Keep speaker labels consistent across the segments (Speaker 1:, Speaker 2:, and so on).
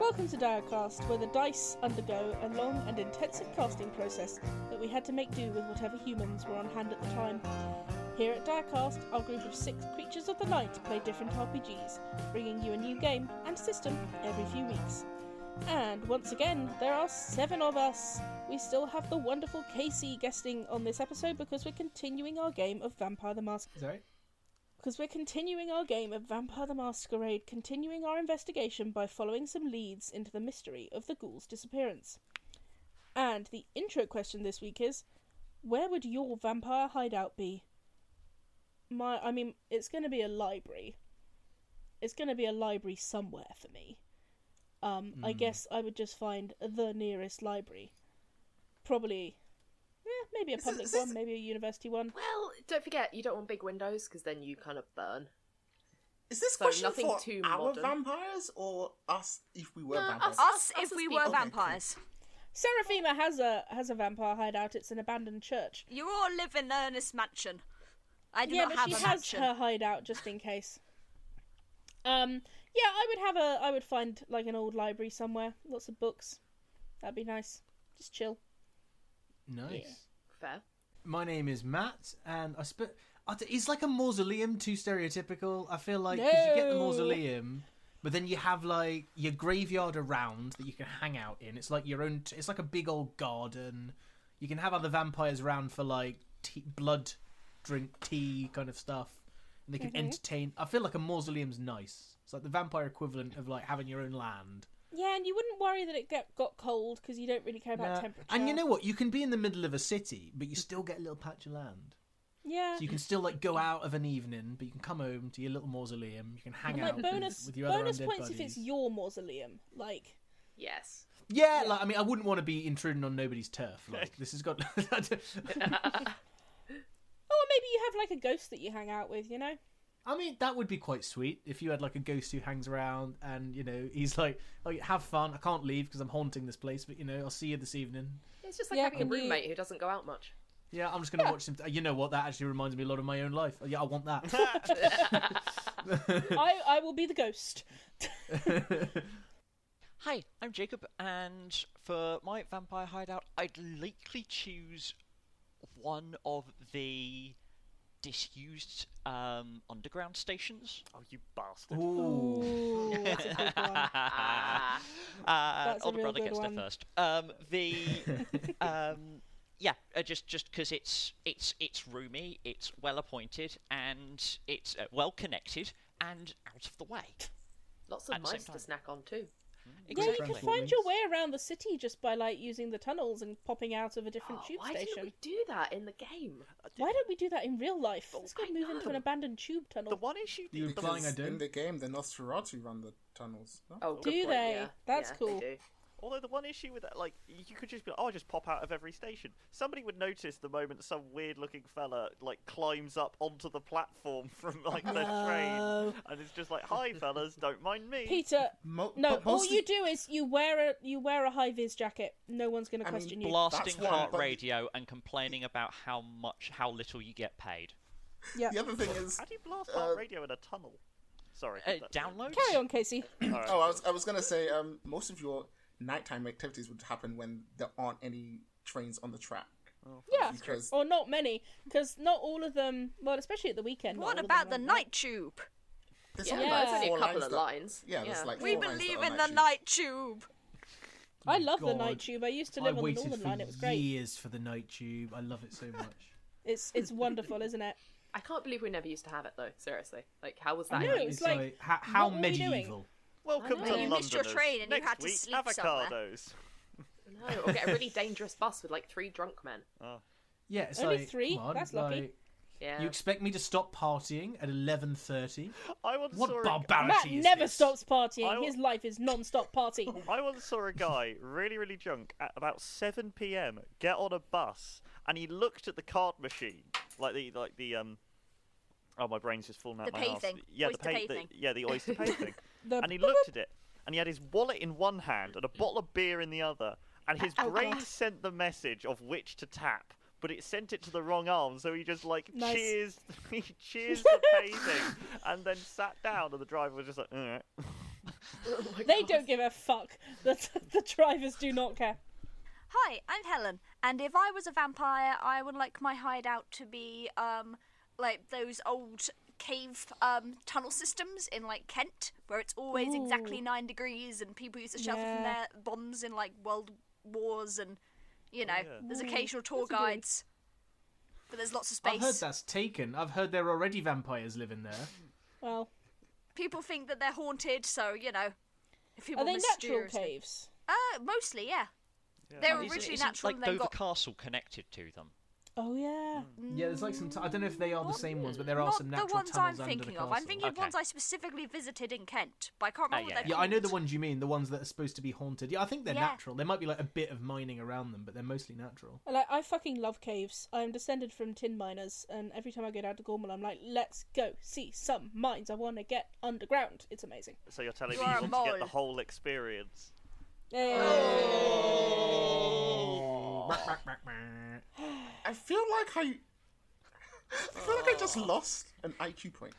Speaker 1: Welcome to Diacast, where the dice undergo a long and intensive casting process that we had to make do with whatever humans were on hand at the time. Here at Diacast, our group of six creatures of the night play different RPGs, bringing you a new game and system every few weeks. And once again, there are seven of us. We still have the wonderful Casey guesting on this episode because we're continuing our game of Vampire the Masquerade
Speaker 2: Sorry?
Speaker 1: because we're continuing our game of Vampire the Masquerade, continuing our investigation by following some leads into the mystery of the ghoul's disappearance. And the intro question this week is where would your vampire hideout be? My I mean, it's going to be a library. It's going to be a library somewhere for me. Um, I guess I would just find the nearest library. Probably eh, maybe a
Speaker 3: This is-
Speaker 1: public
Speaker 3: this is-
Speaker 1: one, maybe a university one.
Speaker 4: Well, don't forget you don't want big windows because then you kind of burn.
Speaker 3: Is this
Speaker 4: So
Speaker 3: question
Speaker 4: nothing
Speaker 3: for
Speaker 4: too
Speaker 3: our
Speaker 4: modern.
Speaker 3: vampires or us if we were vampires?
Speaker 5: Us,
Speaker 4: us
Speaker 5: if
Speaker 4: as
Speaker 5: we
Speaker 4: people.
Speaker 5: were
Speaker 4: Okay,
Speaker 3: cool.
Speaker 5: vampires.
Speaker 1: Seraphima has a has a vampire hideout. It's an abandoned church.
Speaker 5: You all live in Ernest's mansion. I do
Speaker 1: yeah,
Speaker 5: not
Speaker 1: but
Speaker 5: have
Speaker 1: she
Speaker 5: a
Speaker 1: has
Speaker 5: mansion.
Speaker 1: her hideout just in case. Um, yeah, I would have a I would find like an old library somewhere, lots of books. That'd be nice. Just chill.
Speaker 2: Nice.
Speaker 4: Fair.
Speaker 2: My name is Matt, and I spent. Is like a mausoleum too stereotypical? I feel like 'cause you get the
Speaker 1: No.
Speaker 2: mausoleum, but then you have like your graveyard around that you can hang out in. It's like your own. T- it's like a big old garden. You can have other vampires around for like tea, blood, drink, tea kind of stuff, and
Speaker 1: Mm-hmm.
Speaker 2: they can entertain. I feel like a mausoleum's nice. It's like the vampire equivalent of like having your own land.
Speaker 1: Yeah, and you wouldn't worry that it get, got cold because you don't really care about
Speaker 2: Nah.
Speaker 1: temperature.
Speaker 2: And you know what? You can be in the middle of a city, but you still get a little patch of land.
Speaker 1: yeah,
Speaker 2: So you can still like go out of an evening, but you can come home to your little mausoleum. You can hang
Speaker 1: and
Speaker 2: out
Speaker 1: like
Speaker 2: with-
Speaker 1: bonus
Speaker 2: with your other
Speaker 1: bonus
Speaker 2: undead
Speaker 1: points
Speaker 2: buddies.
Speaker 1: if it's your mausoleum. Like,
Speaker 4: Yes.
Speaker 2: yeah, like I mean, I wouldn't want to be intruding on nobody's turf. Like this has got.
Speaker 1: oh, maybe you have like a ghost that you hang out with. You know,
Speaker 2: I mean, that would be quite sweet if you had like a ghost who hangs around and you know he's like, "Oh, yeah, have fun. I can't leave because I'm haunting this place, but you know I'll see you this evening."
Speaker 4: It's just like
Speaker 1: Yeah,
Speaker 4: having a
Speaker 1: can you-
Speaker 4: roommate who doesn't go out much.
Speaker 2: Yeah, I'm just gonna watch some. You know what? That actually reminds me a lot of my own life. Oh, Yeah, I want that.
Speaker 1: I I will be the ghost.
Speaker 6: Hi, I'm Jacob, and for my vampire hideout, I'd likely choose one of the disused um, underground stations.
Speaker 7: Oh, you bastard.
Speaker 2: Ooh.
Speaker 1: Ooh, that's a good one.
Speaker 4: Ah.
Speaker 6: Uh,
Speaker 1: That's a
Speaker 6: older
Speaker 1: real
Speaker 6: brother
Speaker 1: good
Speaker 6: gets
Speaker 1: one.
Speaker 6: there first. Um, the um, yeah, uh, just just because it's it's it's roomy, it's well appointed, and it's uh, well connected and out of the way.
Speaker 4: Lots of
Speaker 6: At the same
Speaker 4: mice to
Speaker 6: time.
Speaker 4: snack on too.
Speaker 1: Yeah, you can
Speaker 2: Exactly.
Speaker 1: find your way around the city just by like using the tunnels and popping out of a different
Speaker 4: Oh,
Speaker 1: tube
Speaker 4: why
Speaker 1: station.
Speaker 4: didn't we do that in the game?
Speaker 1: Why don't we do that in real life? Let's go
Speaker 4: I
Speaker 1: move into
Speaker 4: know.
Speaker 1: an abandoned tube tunnel.
Speaker 6: The one issue.
Speaker 2: You
Speaker 6: The, the,
Speaker 2: implying I
Speaker 3: Because
Speaker 2: don't?
Speaker 3: In the game, the Nosferatu run the tunnels. No?
Speaker 4: Oh,
Speaker 1: Do
Speaker 4: good point,
Speaker 1: they?
Speaker 4: yeah.
Speaker 1: That's
Speaker 4: Yeah, they
Speaker 1: cool.
Speaker 4: do.
Speaker 7: Although the one issue with that, like, you could just be like, oh, I'll just pop out of every station. Somebody would notice the moment some weird-looking fella like climbs up onto the platform from like the
Speaker 5: Oh.
Speaker 7: train, and it's just like, hi, fellas, don't mind me.
Speaker 1: Peter,
Speaker 3: Mo-
Speaker 1: no.
Speaker 3: but
Speaker 1: All
Speaker 3: mostly-
Speaker 1: you do is you wear a you wear a high vis jacket. No one's going to
Speaker 3: I mean,
Speaker 1: question you.
Speaker 6: Blasting
Speaker 3: That's one,
Speaker 6: heart
Speaker 3: but-
Speaker 6: radio and complaining about how much, how little you get paid.
Speaker 1: yeah.
Speaker 3: The other thing is,
Speaker 7: How do you blast
Speaker 3: Uh,
Speaker 7: our radio in a tunnel? Sorry.
Speaker 6: Uh,
Speaker 7: that's-
Speaker 6: downloads.
Speaker 1: Carry on, Casey.
Speaker 7: All right.
Speaker 3: oh, I was, I was gonna say, um, most of your nighttime activities would happen when there aren't any trains on the track.
Speaker 1: yeah,
Speaker 3: Because-
Speaker 1: or not many, because not all of them. Well, especially at the weekend.
Speaker 5: What
Speaker 1: not all of
Speaker 5: about the
Speaker 1: them are-
Speaker 5: night tube?
Speaker 3: There's
Speaker 4: Yeah,
Speaker 3: only
Speaker 1: Yeah.
Speaker 3: like
Speaker 4: it's only
Speaker 3: four
Speaker 4: a couple
Speaker 3: lines
Speaker 4: of
Speaker 3: that-
Speaker 4: lines.
Speaker 3: Yeah, there's like
Speaker 5: We
Speaker 3: four lines
Speaker 5: believe
Speaker 3: that are
Speaker 5: in the
Speaker 3: night
Speaker 5: night tube.
Speaker 1: I love the
Speaker 2: God.
Speaker 1: night tube. I used to
Speaker 2: I
Speaker 1: live on the
Speaker 2: waited
Speaker 1: Northern
Speaker 2: for
Speaker 1: Line. It was great.
Speaker 2: years for the night tube. I love it so much.
Speaker 1: It's it's wonderful, isn't it?
Speaker 4: I can't believe we never used to have it though. Seriously, like how was that?
Speaker 1: know.
Speaker 2: It's,
Speaker 1: It's
Speaker 2: like,
Speaker 1: like,
Speaker 2: how, how
Speaker 1: what were we doing?
Speaker 2: medieval.
Speaker 7: Welcome
Speaker 4: I
Speaker 7: to
Speaker 4: know.
Speaker 5: You missed your
Speaker 7: Londoners.
Speaker 5: train and you
Speaker 7: Next
Speaker 5: had to
Speaker 7: week,
Speaker 5: sleep somewhere.
Speaker 7: avocados.
Speaker 4: No, or get a really dangerous bus with like three drunk men.
Speaker 2: Yeah, it's
Speaker 1: Only
Speaker 2: like,
Speaker 1: three?
Speaker 2: come on,
Speaker 1: That's lucky.
Speaker 2: like,
Speaker 4: Yeah.
Speaker 2: you expect me to stop partying at eleven thirty?
Speaker 7: I once
Speaker 2: What
Speaker 7: saw a-
Speaker 2: barbarity
Speaker 1: Matt
Speaker 2: is
Speaker 1: never
Speaker 2: this?
Speaker 1: stops
Speaker 7: I
Speaker 1: partying.
Speaker 7: w-
Speaker 1: His life is non-stop party.
Speaker 7: I once saw a guy really, really drunk at about 7 p.m. get on a bus, and he looked at the card machine, like the like the um. Oh, my brain's just fallen out
Speaker 5: The
Speaker 7: my
Speaker 5: pay
Speaker 7: ass.
Speaker 5: thing.
Speaker 7: Yeah,
Speaker 5: Oyster
Speaker 7: the
Speaker 5: pay
Speaker 7: pay, the-
Speaker 5: thing.
Speaker 7: yeah, the oyster pay thing.
Speaker 1: The
Speaker 7: and he looked at it, and he had his wallet in one hand and a bottle of beer in the other, and his
Speaker 5: Oh,
Speaker 7: brain sent the message of which to tap. But it sent it to the wrong arm, so he just like
Speaker 1: Nice.
Speaker 7: cheers, he cheers the pay thing, and then sat down, and the driver was just like, "All right."
Speaker 1: They don't give a fuck. The, the drivers do not care.
Speaker 5: Hi, I'm Helen, and if I was a vampire, I would like my hideout to be um like those old cave um tunnel systems in like Kent, where it's always exactly nine degrees and people used to shelter from
Speaker 1: Yeah.
Speaker 5: their bombs in like world wars and you know,
Speaker 7: yeah.
Speaker 5: there's occasional tour guides. But there's lots of
Speaker 2: I've heard
Speaker 5: space.
Speaker 2: that's taken. I've heard there are already vampires living there.
Speaker 1: Well,
Speaker 5: People think that they're haunted, so you know. If people
Speaker 1: are they natural
Speaker 5: mysteriously-
Speaker 1: caves?
Speaker 5: Uh, mostly, yeah.
Speaker 7: Yeah.
Speaker 5: They're
Speaker 6: Isn't-
Speaker 5: originally
Speaker 6: isn't,
Speaker 5: natural
Speaker 6: like
Speaker 5: and then
Speaker 6: Dover
Speaker 5: got
Speaker 6: Castle connected to them?
Speaker 1: Oh yeah.
Speaker 2: Yeah, there's like some. T- I don't know if they are the same ones, but there are
Speaker 5: Not
Speaker 2: some natural
Speaker 5: the ones I'm
Speaker 2: tunnels under
Speaker 5: thinking
Speaker 2: the
Speaker 5: of.
Speaker 2: castle.
Speaker 5: I'm thinking of
Speaker 6: Okay.
Speaker 5: ones I specifically visited in Kent, but I can't
Speaker 6: Ah,
Speaker 5: remember
Speaker 6: yeah,
Speaker 5: what they're
Speaker 6: yeah.
Speaker 2: yeah, I know the
Speaker 5: called.
Speaker 2: ones you mean. The ones that are supposed to be haunted. Yeah, I think they're
Speaker 5: Yeah.
Speaker 2: natural. There might be like a bit of mining around them, but they're mostly natural.
Speaker 1: Like I fucking love caves. I am descended from tin miners, and every time I go down to Gormal, I'm like, let's go see some mines. I want to get underground. It's amazing.
Speaker 7: So you're telling
Speaker 5: You
Speaker 7: me
Speaker 5: are
Speaker 7: you
Speaker 5: a
Speaker 7: want to get the
Speaker 5: mole.
Speaker 7: whole experience?
Speaker 1: Eh,
Speaker 5: Oh.
Speaker 3: I feel like I. I feel like I just lost an IQ point.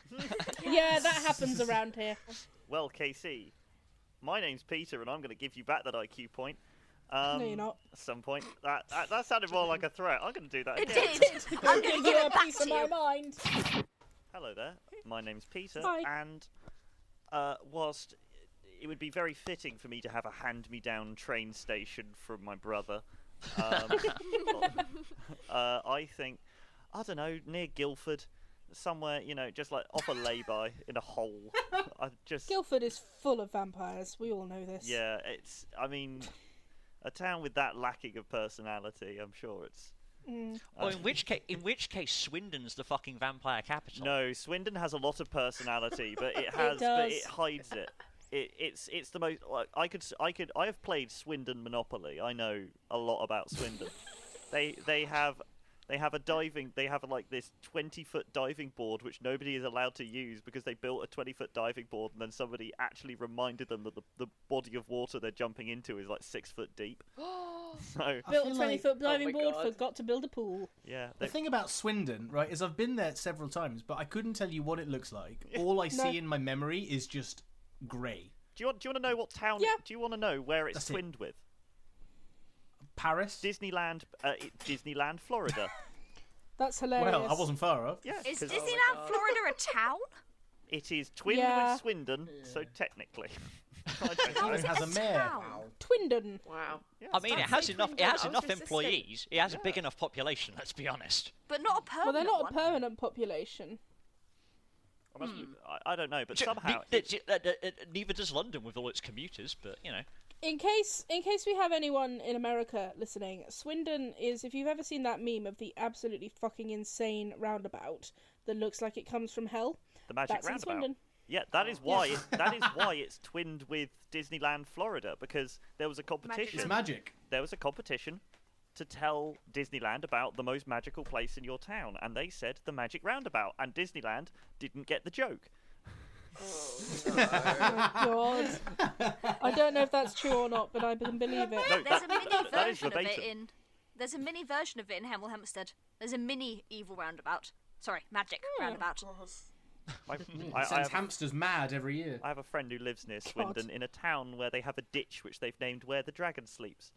Speaker 1: Yeah, that happens around here.
Speaker 7: Well, KC, my name's Peter, and I'm going to give you back that IQ point. Um,
Speaker 1: No, you're not.
Speaker 7: At some point, that that, that sounded more like a threat. I'm going to do that
Speaker 5: It
Speaker 7: again.
Speaker 5: did. I'm going to give
Speaker 1: You
Speaker 5: it
Speaker 1: are a
Speaker 5: back
Speaker 1: piece of
Speaker 5: to
Speaker 1: my
Speaker 5: you.
Speaker 1: mind.
Speaker 7: Hello there. My name's Peter,
Speaker 1: Hi.
Speaker 7: and uh, whilst it would be very fitting for me to have a hand-me-down train station from my brother, um, uh, I think I don't know near Guildford, somewhere you know, just like off a lay-by in a hole. I just
Speaker 1: Guildford is full of vampires. We all know this.
Speaker 7: yeah, it's I mean, a town with that lacking of personality, I'm sure it's
Speaker 6: Well, in which case, in which case, Swindon's the fucking vampire capital.
Speaker 7: No, Swindon has a lot of personality, but it has, but
Speaker 1: does.
Speaker 7: it hides it. It, it's it's the most. Like, I could s- I could I have played Swindon Monopoly. I know a lot about Swindon. they they have they have a diving they have like this twenty foot diving board which nobody is allowed to use because they built a twenty foot diving board and then somebody actually reminded them that the, the body of water they're jumping into is like six foot deep. so
Speaker 1: Built a
Speaker 2: feel
Speaker 1: 20
Speaker 2: like-
Speaker 1: foot diving
Speaker 5: Oh
Speaker 4: my
Speaker 1: board,
Speaker 4: God.
Speaker 1: forgot to build a pool.
Speaker 7: yeah,
Speaker 2: The
Speaker 7: they,
Speaker 2: thing about Swindon, right, is I've been there several times, but I couldn't tell you what it looks like. All I see in my memory is just grey.
Speaker 7: do you want do you want to know what town?
Speaker 1: Yeah.
Speaker 7: Do you want to know where it's
Speaker 2: That's it.
Speaker 7: twinned with?
Speaker 2: Paris.
Speaker 7: Disneyland, uh, i- Disneyland, Florida.
Speaker 1: That's hilarious.
Speaker 2: Well, I wasn't far off.
Speaker 7: Yeah,
Speaker 5: Is
Speaker 2: oh
Speaker 7: 'cause
Speaker 5: Disneyland Florida a town?
Speaker 7: it is twinned
Speaker 1: Yeah.
Speaker 7: with Swindon, so technically. I don't know.
Speaker 2: It has a mayor.
Speaker 5: Town.
Speaker 1: Twindon.
Speaker 4: Wow.
Speaker 7: Yeah,
Speaker 6: I mean, it
Speaker 7: that's-
Speaker 6: has
Speaker 4: Swindon,
Speaker 6: enough. It has
Speaker 4: I was
Speaker 6: enough
Speaker 4: resisting.
Speaker 6: employees. It has a big enough population. Let's be honest.
Speaker 5: But not a permanent
Speaker 1: Well, they're not a
Speaker 5: one.
Speaker 1: permanent population.
Speaker 7: I must- I- I don't know, but
Speaker 6: Ju-
Speaker 7: somehow
Speaker 6: ne-
Speaker 7: it's-
Speaker 6: ju- uh, uh, uh, neither does London with all its commuters. But you know,
Speaker 1: In case, in case we have anyone in America listening, Swindon is if you've ever seen that meme of the absolutely fucking insane roundabout that looks like it comes from hell.
Speaker 7: the magic
Speaker 1: That's in
Speaker 7: roundabout.
Speaker 1: Swindon. Oh.
Speaker 7: Yeah, that is why it, that is why it's twinned with Disneyland Florida because there was a competition.
Speaker 2: It's magic.
Speaker 7: there was a competition to tell Disneyland about the most magical place in your town, and they said the magic roundabout, and Disneyland didn't get the joke.
Speaker 1: God, I don't know if that's true or not, but I can believe it.
Speaker 7: No,
Speaker 5: There's
Speaker 7: that-
Speaker 5: a mini
Speaker 7: that- that is
Speaker 5: version of it
Speaker 7: verbatim.
Speaker 5: in. There's a mini version of it in Hemel Hempstead. There's a mini evil roundabout. Sorry, magic
Speaker 1: Oh,
Speaker 5: roundabout.
Speaker 7: I, I, I
Speaker 2: Sends
Speaker 7: have-
Speaker 2: hamsters mad every year.
Speaker 7: I have a friend who lives near Swindon in a town where they have a ditch which they've named Where the Dragon Sleeps.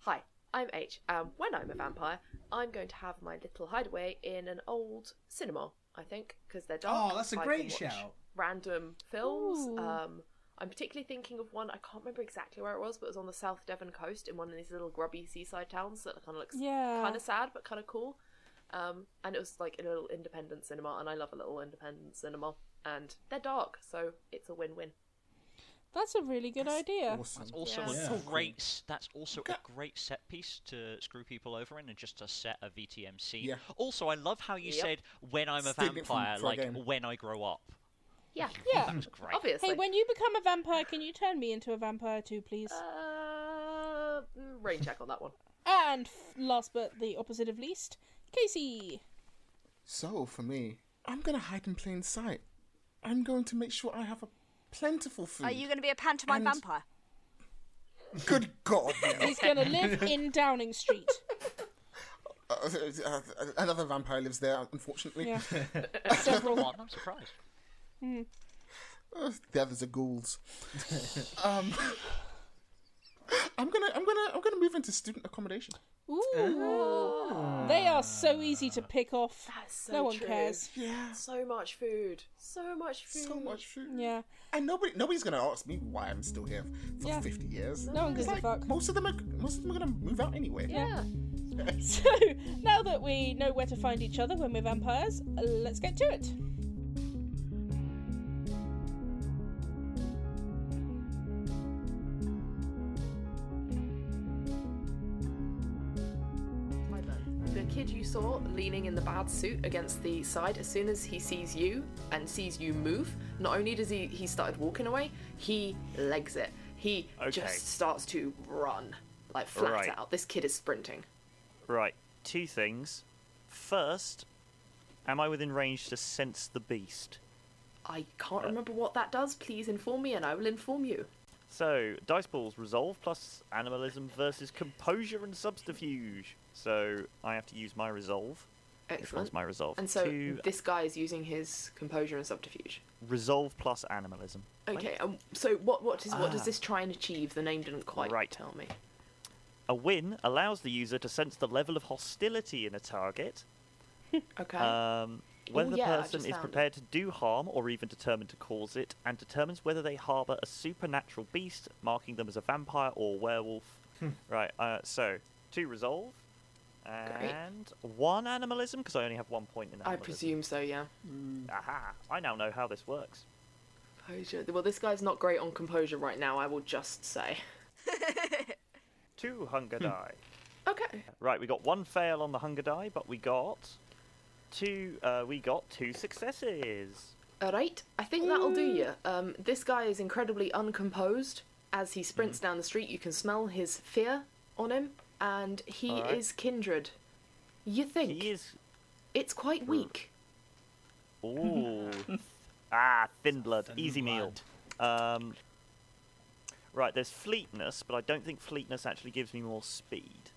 Speaker 4: Hi, I'm H. Um, when I'm a vampire, I'm going to have my little hideaway in an old cinema, I think, because they're dark.
Speaker 2: Oh, that's a
Speaker 4: I
Speaker 2: great
Speaker 4: can watch
Speaker 2: shout.
Speaker 4: Random films.
Speaker 1: Ooh.
Speaker 4: Um, I'm particularly thinking of one, I can't remember exactly where it was, but it was on the South Devon coast in one of these little grubby seaside towns that kind of looks
Speaker 1: Yeah.
Speaker 4: kind of sad but kind of cool. Um, and it was like a little independent cinema, and I love a little independent cinema. And they're dark, so it's a win win.
Speaker 1: That's a really good idea.
Speaker 3: Awesome.
Speaker 6: also
Speaker 4: Yeah.
Speaker 6: a great. s- That's also a great set piece to screw people over in, and just to set a VTM scene.
Speaker 3: Yeah.
Speaker 6: Also, I love how you
Speaker 4: Yep.
Speaker 6: said when I'm
Speaker 3: Steal
Speaker 6: a
Speaker 3: it from-
Speaker 6: vampire,
Speaker 3: for a
Speaker 6: like
Speaker 3: game.
Speaker 6: when I grow up.
Speaker 4: Yeah.
Speaker 1: Yeah.
Speaker 6: That was great.
Speaker 4: Obviously.
Speaker 1: Hey, when you become a vampire, can you turn me into a vampire too, please?
Speaker 4: Uh, rain check on that one.
Speaker 1: And f- last but the opposite of least, Casey.
Speaker 3: So for me, I'm gonna hide in plain sight. I'm going to make sure I have a plentiful food.
Speaker 5: Are you going to be a pantomime
Speaker 3: And-
Speaker 5: vampire?
Speaker 3: Good God! Neil.
Speaker 1: He's going to live in Downing Street.
Speaker 3: Uh, uh, uh, another vampire lives there, unfortunately.
Speaker 1: Yeah.
Speaker 6: Come
Speaker 1: Several.
Speaker 6: on, I'm surprised.
Speaker 3: Ugh, Uh, the others are ghouls. um, I'm gonna, I'm gonna, I'm gonna move into student accommodation.
Speaker 1: Ooh. They are so easy to pick off.
Speaker 4: That's so
Speaker 1: no one
Speaker 4: true.
Speaker 1: cares.
Speaker 3: Yeah,
Speaker 4: So much food. So much food.
Speaker 3: so much food.
Speaker 1: Mm. Yeah.
Speaker 3: and nobody, nobody's gonna ask me why I'm still here for
Speaker 1: Yeah.
Speaker 3: 50 years.
Speaker 1: No one gives a
Speaker 3: Like,
Speaker 1: fuck.
Speaker 3: most of them are, most of them are gonna move out anyway.
Speaker 4: Yeah.
Speaker 1: So, now that we know where to find each other when we're vampires, let's get to it.
Speaker 4: The kid you saw leaning in the bad suit against the side, as soon as he sees you and sees you move, not only does he he started walking away, he legs it. He
Speaker 7: Okay.
Speaker 4: just starts to run like flat
Speaker 7: Right.
Speaker 4: out. This kid is sprinting.
Speaker 7: Right, two things. First, am I within range to sense the beast?
Speaker 4: I
Speaker 7: Uh.
Speaker 4: can't remember what that does. Please inform me, and I will inform you.
Speaker 7: So, dice pools resolve plus animalism versus composure and subterfuge. So, I have to use my resolve. Which
Speaker 4: Excellent.
Speaker 7: one's my resolve?
Speaker 4: And so
Speaker 7: Two,
Speaker 4: this guy is using his composure and subterfuge.
Speaker 7: resolve plus animalism.
Speaker 4: Okay, um, so what what does what does
Speaker 7: Ah.
Speaker 4: this try and achieve? The name didn't quite
Speaker 7: Right.
Speaker 4: tell me.
Speaker 7: A win allows the user to sense the level of hostility in a target,
Speaker 4: Okay.
Speaker 7: um, whether
Speaker 4: Ooh,
Speaker 7: the
Speaker 4: yeah, I
Speaker 7: person
Speaker 4: just
Speaker 7: is
Speaker 4: found it.
Speaker 7: prepared to do harm or even determined to cause it, and determines whether they harbour a supernatural beast, marking them as a vampire or werewolf. right, uh, so two resolve and one animalism, because I only have one point in
Speaker 4: I
Speaker 7: animalism.
Speaker 4: presume so. Yeah.
Speaker 7: Aha! I now know how this works.
Speaker 4: Composure. Well, this guy's not great on composure right now. I will just say.
Speaker 7: Two hunger die.
Speaker 4: Okay.
Speaker 7: Right, we got one fail on the hunger die, but we got two. Uh, we got two successes.
Speaker 4: All right. I think that'll do you.
Speaker 7: Mm.
Speaker 4: Um, this guy is incredibly uncomposed. As he sprints
Speaker 7: Mm.
Speaker 4: down the street, you can smell his fear on him, and he
Speaker 7: All right.
Speaker 4: is kindred. You think
Speaker 7: He is.
Speaker 4: it's quite weak.
Speaker 7: Ooh. ah, thin blood.
Speaker 2: Thin
Speaker 7: Easy meal. Um, right, there's fleetness, but I don't think fleetness actually gives me more speed.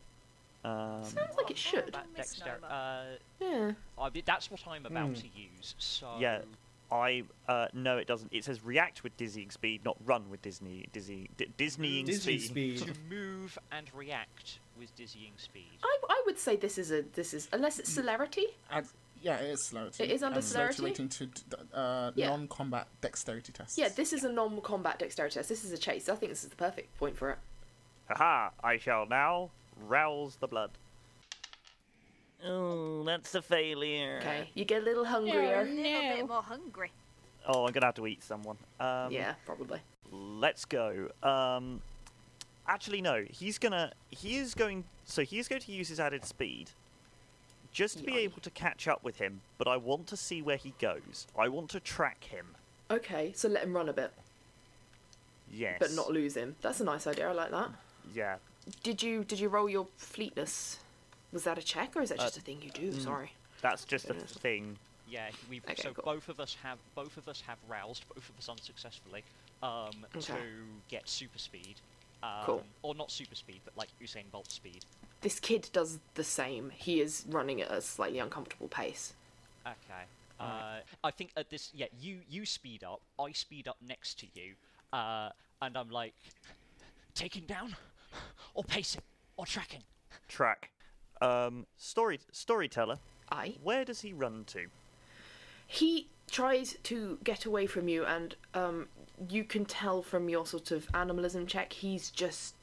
Speaker 7: Um,
Speaker 4: Sounds like it should.
Speaker 6: That dexter-
Speaker 5: Misnomer.
Speaker 6: uh,
Speaker 4: Yeah.
Speaker 6: I mean, that's what I'm about
Speaker 3: Hmm.
Speaker 6: to use. So
Speaker 7: yeah, I uh, no, it doesn't. It says react with dizzying speed, not run with Disney dizzy d- Disneying
Speaker 2: Disney
Speaker 7: speed.
Speaker 6: to
Speaker 2: speed.
Speaker 6: move and react with dizzying speed.
Speaker 4: I, I would say this is a this is unless
Speaker 7: Mm.
Speaker 4: it's celerity.
Speaker 3: And- yeah, it is celerity.
Speaker 4: It is under
Speaker 3: And celerity.
Speaker 4: celerity?
Speaker 3: Rating to d- d- uh,
Speaker 4: Yeah.
Speaker 3: non-combat dexterity tests.
Speaker 4: Yeah, this is a non-combat dexterity test. This is a chase. I think this is the perfect point for it.
Speaker 7: Aha! I shall now rouse the blood. Oh, that's a failure.
Speaker 4: Okay, you get a little
Speaker 1: Yeah.
Speaker 4: hungrier.
Speaker 5: A little
Speaker 1: No.
Speaker 5: bit more hungry.
Speaker 7: Oh, I'm gonna have to eat someone. Um,
Speaker 4: Yeah, probably.
Speaker 7: Let's go. Um, actually, no. He's gonna. He is going. So he is going to use his added speed, just to be
Speaker 4: Yoi.
Speaker 7: able to catch up with him. But I want to see where he goes. I want to track him.
Speaker 4: Okay, so let him run a bit,
Speaker 7: Yes.
Speaker 4: but not lose him. That's a nice idea. I like that.
Speaker 7: Yeah.
Speaker 4: Did you did you roll your fleetness? Was that a check or is that just a thing you do? Sorry.
Speaker 7: That's just a
Speaker 4: Yeah.
Speaker 7: thing.
Speaker 6: Yeah, we have
Speaker 4: Okay,
Speaker 6: so
Speaker 4: cool.
Speaker 6: both of us have both of us have roused, both of us unsuccessfully, um,
Speaker 4: Okay.
Speaker 6: to get super speed. Um,
Speaker 4: Cool.
Speaker 6: Or not super speed, but like Usain Bolt speed.
Speaker 4: This kid does the same. He is running at a slightly uncomfortable pace.
Speaker 6: Okay. Uh, I think at this, yeah, you you speed up, I speed up next to you, uh, and I'm like, taking down, or pacing, or tracking.
Speaker 7: Track. Um, story storyteller.
Speaker 4: I
Speaker 7: Where does he run to?
Speaker 4: he tries to get away from you and um, you can tell from your sort of animalism check he's just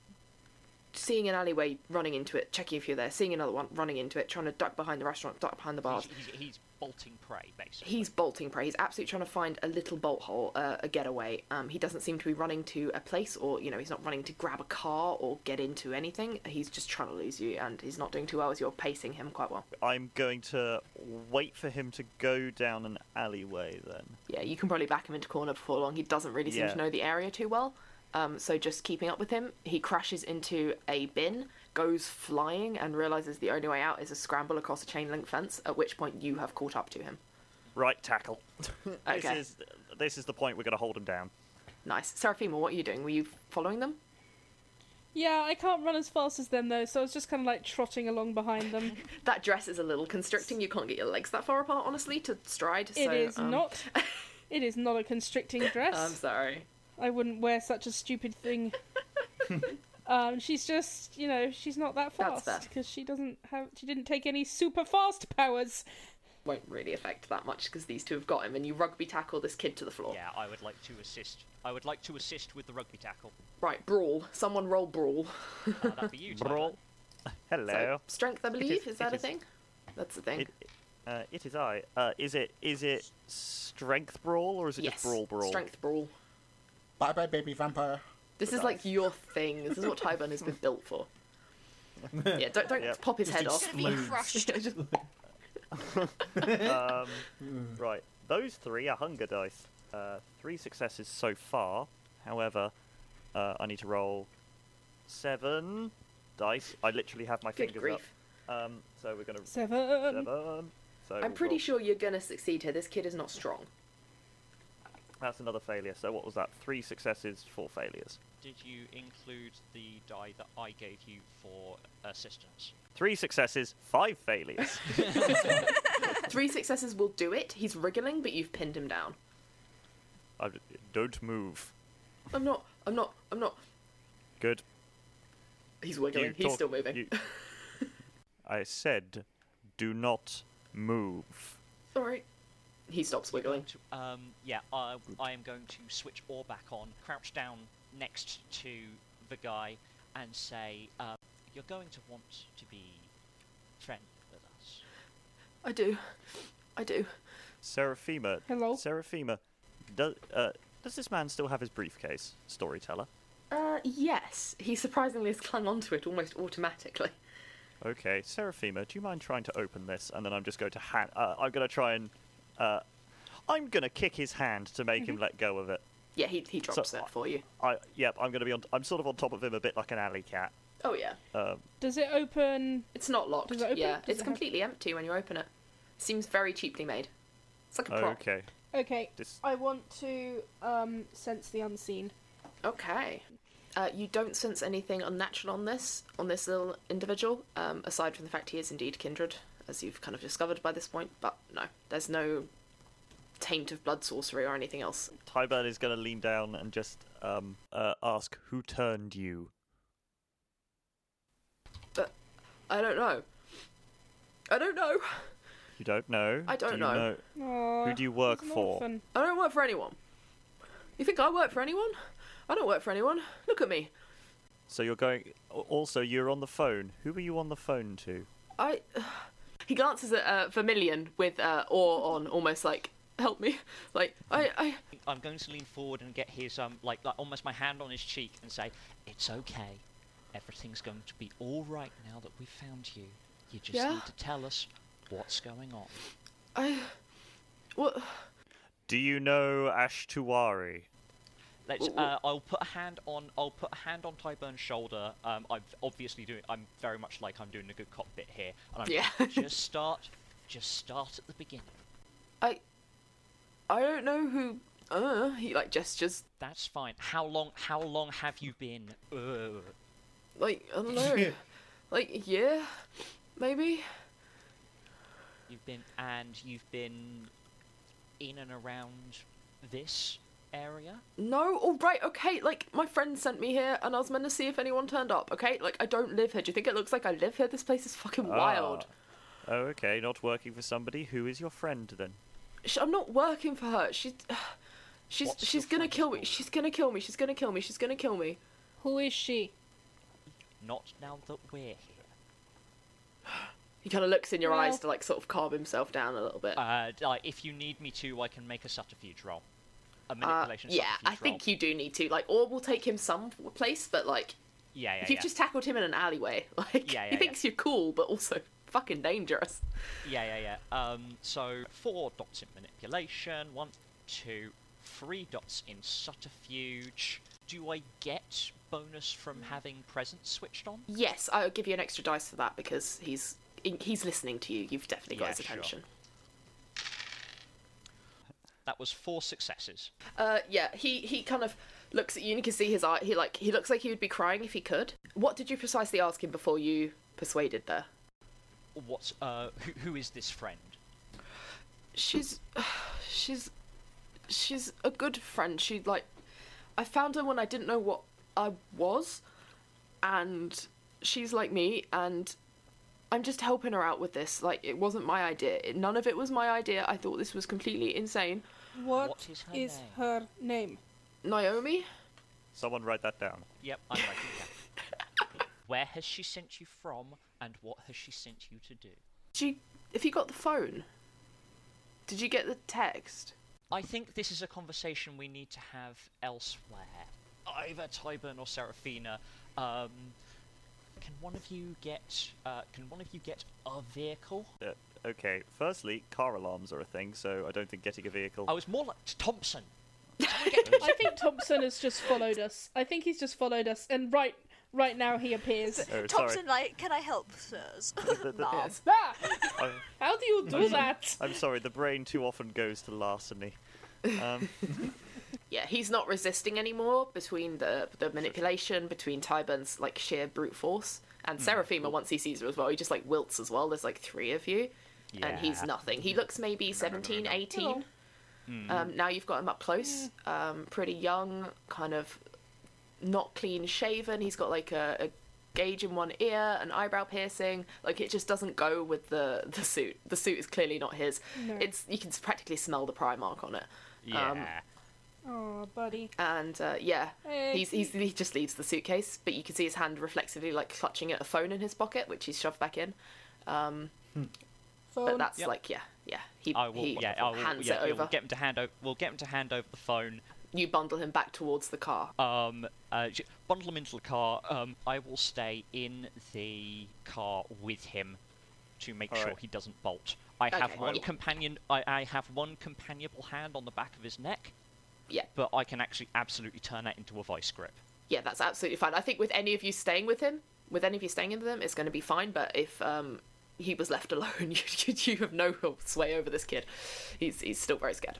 Speaker 4: seeing an alleyway running into it checking if you're there seeing another one running into it trying to duck behind the restaurant duck behind the bars
Speaker 6: He's, he's, he's bolting prey, basically.
Speaker 4: he's bolting prey he's absolutely trying to find a little bolt hole uh, a getaway um, he doesn't seem to be running to a place or you know he's not running to grab a car or get into anything he's just trying to lose you and he's not doing too well as you're pacing him quite well
Speaker 7: I'm going to wait for him to go down an alleyway then.
Speaker 4: yeah, you can probably back him into corner before long. He doesn't really seem
Speaker 7: Yeah.
Speaker 4: to know the area too well. Um, so just keeping up with him, he crashes into a bin, goes flying, and realizes the only way out is a scramble across a chain link fence. At which point you have caught up to him.
Speaker 7: Right tackle. This
Speaker 4: Okay,
Speaker 7: is this is the point we're going to hold him down.
Speaker 4: nice. Seraphima, what are you doing? Were you following them?
Speaker 1: Yeah, I can't run as fast as them though, so I was just kind of like trotting along behind them.
Speaker 4: That dress is a little constricting. You can't get your legs that far apart, honestly, to stride.
Speaker 1: It
Speaker 4: so,
Speaker 1: is
Speaker 4: um,
Speaker 1: not. It is not a constricting dress.
Speaker 4: I'm sorry.
Speaker 1: I wouldn't wear such a stupid thing. um, she's just, you know, she's not that
Speaker 4: That's
Speaker 1: fast
Speaker 4: fair.
Speaker 1: because she doesn't have, she didn't take any super fast powers.
Speaker 4: Won't really affect that much because these two have got him, and you rugby tackle this kid to the floor.
Speaker 6: Yeah, I would like to assist. I would like to assist with the rugby tackle.
Speaker 4: Right, brawl. Someone roll brawl.
Speaker 6: Uh, that'd be you, Tyler.
Speaker 7: Brawl.
Speaker 4: So,
Speaker 7: Hello.
Speaker 4: strength, I believe.
Speaker 7: is-
Speaker 4: is that
Speaker 7: it
Speaker 4: a
Speaker 7: is.
Speaker 4: thing? That's the thing.
Speaker 7: It, uh, it is I. Uh, is it is it strength brawl or is it
Speaker 4: yes.
Speaker 7: just brawl brawl?
Speaker 4: Strength brawl.
Speaker 3: Bye bye, baby vampire.
Speaker 4: This is like your thing. This is what Tyburn has been built for. Yeah, don't don't
Speaker 7: Yep.
Speaker 4: pop his
Speaker 2: Just
Speaker 4: head off.
Speaker 5: Gonna be crushed.
Speaker 4: Just-
Speaker 7: Um, right. Those three are hunger dice. Uh, three successes so far. However, uh, I need to roll seven dice. I literally have my
Speaker 4: Good
Speaker 7: fingers
Speaker 4: grief.
Speaker 7: up. Um, so we're gonna
Speaker 1: Seven.
Speaker 7: seven. So
Speaker 4: I'm
Speaker 7: we'll
Speaker 4: pretty
Speaker 7: roll-
Speaker 4: sure you're gonna succeed here. This kid is not strong.
Speaker 7: that's another failure. So what was that? Three successes, four failures.
Speaker 6: Did you include the die that I gave you for assistance?
Speaker 7: Three successes, five failures.
Speaker 4: Three successes will do it. He's wriggling, but you've pinned him down.
Speaker 7: I, don't move.
Speaker 4: I'm not. I'm not. I'm not.
Speaker 7: Good.
Speaker 4: He's
Speaker 7: You
Speaker 4: wiggling. He's
Speaker 7: talk-
Speaker 4: still moving.
Speaker 7: you- I said, do not move.
Speaker 4: All right. He stops wiggling.
Speaker 6: To- Um, yeah, I, I am going to switch all back on, crouch down next to the guy, and say, um, "You're going to want to be friendly with us."
Speaker 4: I do. I do.
Speaker 7: Seraphima.
Speaker 1: Hello.
Speaker 7: Seraphima. Does uh, does this man still have his briefcase? Storyteller.
Speaker 4: Uh, yes. He surprisingly has clung onto it almost automatically.
Speaker 7: Okay, Seraphima, do you mind trying to open this? And then I'm just going to hand. Uh, I'm going to try and. Uh, I'm going to kick his hand to make him let go of it.
Speaker 4: Yeah, he he drops it for you.
Speaker 7: I yep. I'm going to be on. I'm sort of on top of him a bit like an alley cat.
Speaker 4: Oh yeah.
Speaker 7: Um,
Speaker 1: Does it open?
Speaker 4: It's not locked.
Speaker 1: Does it open?
Speaker 4: Yeah,
Speaker 1: Does it
Speaker 4: it's
Speaker 1: have-
Speaker 4: completely empty when you open it. Seems very cheaply made. It's like a prop.
Speaker 7: okay.
Speaker 1: Okay.
Speaker 7: This-
Speaker 1: I want to um sense the unseen.
Speaker 4: Okay. Uh, you don't sense anything unnatural on this on this little individual, um, aside from the fact he is indeed kindred, as you've kind of discovered by this point. But no, there's no taint of blood sorcery or anything else.
Speaker 7: Tyburn is going to lean down and just um, uh, ask, "Who turned you?"
Speaker 4: But I don't know. I don't know.
Speaker 7: You don't know.
Speaker 4: I don't
Speaker 7: Do you
Speaker 4: know.
Speaker 1: Aw,
Speaker 7: Who do you work
Speaker 1: he's an
Speaker 7: for?
Speaker 1: orphan.
Speaker 4: I don't work for anyone. You think I work for anyone? I don't work for anyone. Look at me.
Speaker 7: So you're going. Also, you're on the phone. Who were you on the phone to?
Speaker 4: I. He glances at uh, Vermilion with uh, awe on, almost like, "Help me!" Like I, I.
Speaker 6: I'm going to lean forward and get his um, like, like almost my hand on his cheek and say, "It's okay. Everything's going to be all right now that we found you. You just
Speaker 4: Yeah?
Speaker 6: need to tell us what's going on."
Speaker 4: I. What?
Speaker 7: Do you know Ashtuwari?
Speaker 6: Let's.
Speaker 4: Wh- wh-
Speaker 6: Uh, I'll put a hand on. I'll put a hand on Tyburn's shoulder. Um, I'm obviously doing. I'm very much like I'm doing a good cop bit here, and I'm
Speaker 4: Yeah.
Speaker 6: just start. Just start at the beginning.
Speaker 4: I. I don't know who. Uh, he like gestures.
Speaker 6: That's fine. How long? How long have you been? uh, Ugh.
Speaker 4: Like I don't know. like yeah, maybe.
Speaker 6: You've been and you've been in and around this area.
Speaker 4: No. All right. Okay. Like my friend sent me here, and I was meant to see if anyone turned up. Okay. Like I don't live here. Do you think it looks like I live here? This place is fucking wild.
Speaker 7: Ah. Oh, okay. Not working for somebody. Who is your friend then?
Speaker 4: Sh I'm not working for her. She's. She's
Speaker 6: What's
Speaker 4: she's
Speaker 6: your
Speaker 4: gonna
Speaker 6: friend's
Speaker 4: kill me.
Speaker 6: name?
Speaker 4: She's gonna kill me. She's gonna kill me. She's gonna kill me.
Speaker 1: Who is she?
Speaker 6: Not now that we're here.
Speaker 4: He kind of looks in your
Speaker 1: Well-
Speaker 4: eyes to like sort of calm himself down a little bit.
Speaker 6: Uh, d- like, if you need me to, I can make a subterfuge roll. A manipulation.
Speaker 4: uh, yeah,
Speaker 6: subterfuge
Speaker 4: I think
Speaker 6: roll.
Speaker 4: you do need to like, or we'll take him someplace, but like
Speaker 6: Yeah, yeah,
Speaker 4: if you've
Speaker 6: yeah.
Speaker 4: just tackled him in an alleyway, like
Speaker 6: Yeah, yeah,
Speaker 4: he
Speaker 6: yeah.
Speaker 4: thinks you're cool, but also fucking dangerous.
Speaker 6: Yeah, yeah, yeah. Um, so four dots in manipulation, one, two, three dots in subterfuge. Do I get bonus from having presence switched on?
Speaker 4: Yes, I'll give you an extra dice for that because he's he's listening to you. You've definitely got
Speaker 6: Yeah,
Speaker 4: his
Speaker 6: sure.
Speaker 4: attention.
Speaker 6: That was four successes.
Speaker 4: Uh, yeah, he he kind of looks at you and you can see his eye. He like he looks like he would be crying if he could. What did you precisely ask him before you persuaded there?
Speaker 6: What? Uh, who, who is this friend?
Speaker 4: She's she's she's a good friend. She like I found her when I didn't know what I was and she's like me and I'm just helping her out with this. Like it wasn't my idea. It- none of it was my idea. I thought this was completely insane.
Speaker 1: what
Speaker 6: What is her
Speaker 1: is
Speaker 6: name?
Speaker 1: her name?
Speaker 4: Naomi?
Speaker 7: Someone write that down.
Speaker 6: Yep, I'm writing it down. Where has she sent you from, and what has she sent you to do?
Speaker 4: She if you got the phone. Did you get the text?
Speaker 6: I think this is a conversation we need to have elsewhere. Either Tyburn or Seraphina. Um, can one of you get? Uh, can one of you get a vehicle?
Speaker 7: Uh, okay, firstly, car alarms are a thing, so I don't think getting a vehicle.
Speaker 4: Oh,
Speaker 6: I was more like Thompson.
Speaker 1: I think Thompson has just followed us. I think he's just followed us, and right right now he appears.
Speaker 7: Oh, sorry.
Speaker 5: Thompson, like, can I help, sirs? Laugh.
Speaker 1: Ah!
Speaker 7: I'm,
Speaker 1: How do you do that?
Speaker 7: I'm sorry, the brain too often goes to larceny. Um,
Speaker 4: Yeah, he's not resisting anymore between the the manipulation, between Tyburn's like sheer brute force, and Seraphima. Once he sees her as well, he just like wilts as well. There's like three of you, and he's
Speaker 6: Yeah.
Speaker 4: nothing. He looks maybe 17, 18. Um, now you've got him up close, um, pretty young, kind of not clean shaven. He's got like a, a gauge in one ear, an eyebrow piercing. Like it just doesn't go with the the suit. The suit is clearly not his. It's you can practically smell the Primark on it. Um,
Speaker 6: Yeah.
Speaker 1: Oh, buddy.
Speaker 4: and uh, yeah,
Speaker 1: Hey.
Speaker 4: he's, he's, he just leaves the suitcase, but you can see his hand reflexively like clutching at a phone in his pocket, which he's shoved back in. Um,
Speaker 1: Phone.
Speaker 4: but that's
Speaker 6: Yep.
Speaker 4: like yeah, yeah. He,
Speaker 6: I will.
Speaker 4: he
Speaker 6: yeah, I will.
Speaker 4: hands
Speaker 6: yeah,
Speaker 4: it
Speaker 6: yeah,
Speaker 4: over.
Speaker 6: We'll get him to hand over. We'll get him to hand over the phone.
Speaker 4: You bundle him back towards the car.
Speaker 6: Um, uh, j- bundle him into the car. Um, I will stay in the car with him to make sure
Speaker 7: Alright.
Speaker 6: he doesn't bolt. I
Speaker 4: Okay.
Speaker 6: have one
Speaker 4: Cool.
Speaker 6: companion. I, I have one companionable hand on the back of his neck,
Speaker 4: Yeah,
Speaker 6: but I can actually absolutely turn that into a vice grip.
Speaker 4: yeah, that's absolutely fine. I think with any of you staying with him, with any of you staying with him, it's going to be fine. But if um, he was left alone, you, you you have no sway over this kid. He's he's still very scared.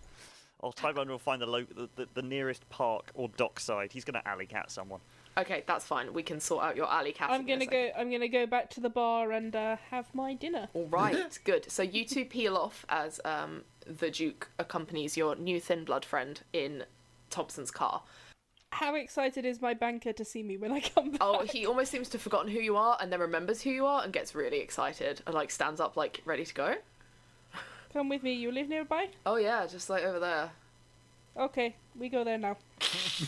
Speaker 7: I'll try and we'll Oh, find the, lo- the, the the nearest park or dockside. He's gonna alley cat someone.
Speaker 4: Okay, that's fine. We can sort out your alley cat.
Speaker 1: I'm
Speaker 4: in a
Speaker 1: gonna
Speaker 4: second.
Speaker 1: go. I'm gonna go back to the bar and uh, have my dinner.
Speaker 4: All right, good. So you two peel off as um, the Duke accompanies your new thin blood friend in Thompson's car.
Speaker 1: How excited is my banker to see me when I come back?
Speaker 4: Oh, he almost seems to have forgotten who you are and then remembers who you are and gets really excited and like stands up like ready to go.
Speaker 1: Come with me. You live nearby.
Speaker 4: Oh yeah, just like over there.
Speaker 1: Okay, we go there now.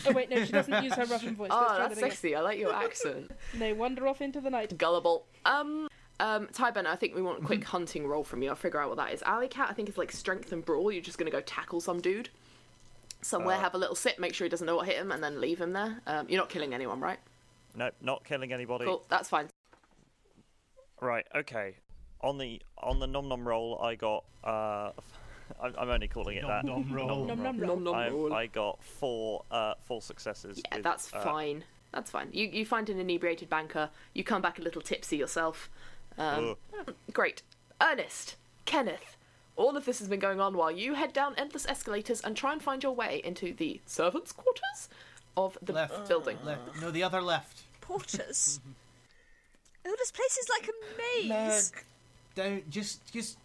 Speaker 1: oh wait, no, she doesn't use her Russian voice. Let's
Speaker 4: Oh,
Speaker 1: try
Speaker 4: that's
Speaker 1: that again.
Speaker 4: sexy. I like your accent.
Speaker 1: They wander off into the night.
Speaker 4: Gullible. Um um Tyburn, I think we want a quick hunting roll from you. I'll figure out what that is. Alley Cat, I think it's like strength and brawl. You're just gonna go tackle some dude somewhere, have a little sit, make sure he doesn't know what hit him, and then leave him there. Um, you're not killing anyone, right?
Speaker 7: No, not killing anybody.
Speaker 4: Cool, that's fine.
Speaker 7: Right. Okay. On the on the nom nom roll, I got. Uh, I'm, I'm only calling it that.
Speaker 2: Nom nom roll.
Speaker 1: Nom nom
Speaker 4: Nom
Speaker 1: nom.
Speaker 4: nom
Speaker 7: I,
Speaker 4: roll.
Speaker 7: I got four uh, four successes.
Speaker 4: yeah,
Speaker 7: with,
Speaker 4: that's
Speaker 7: uh,
Speaker 4: fine. That's fine. You you find an inebriated banker. You come back a little tipsy yourself. Um, great, Ernest, Kenneth. All of this has been going on while you head down endless escalators and try and find your way into the servants' quarters of the
Speaker 2: Left.
Speaker 4: building.
Speaker 2: Left. No, the other left.
Speaker 5: Porters. oh, this place is like a maze.
Speaker 2: Look, don't just just.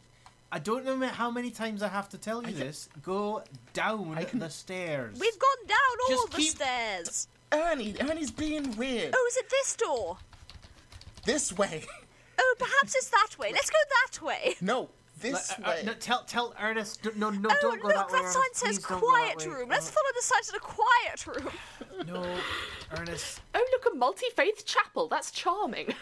Speaker 2: I don't know how many times I have to tell you this. Go down the stairs.
Speaker 5: We've gone down all
Speaker 2: Just
Speaker 5: the
Speaker 2: keep-
Speaker 5: stairs.
Speaker 3: Ernie, Ernie's being weird.
Speaker 5: Oh, is it this door?
Speaker 3: This way.
Speaker 5: Oh, perhaps it's that way. Let's go that way.
Speaker 3: No,
Speaker 2: Like,
Speaker 3: this
Speaker 2: uh, uh,
Speaker 3: way.
Speaker 2: no, tell tell Ernest. d- No, no,
Speaker 5: oh,
Speaker 2: don't go
Speaker 5: look,
Speaker 2: that way.
Speaker 5: that
Speaker 2: Ernest.
Speaker 5: sign says
Speaker 2: Please don't go that
Speaker 5: quiet
Speaker 2: way.
Speaker 5: room. Let's
Speaker 2: Oh,
Speaker 5: follow the sign to the quiet room.
Speaker 2: No, Ernest.
Speaker 4: Oh, look, a multi-faith chapel. That's charming.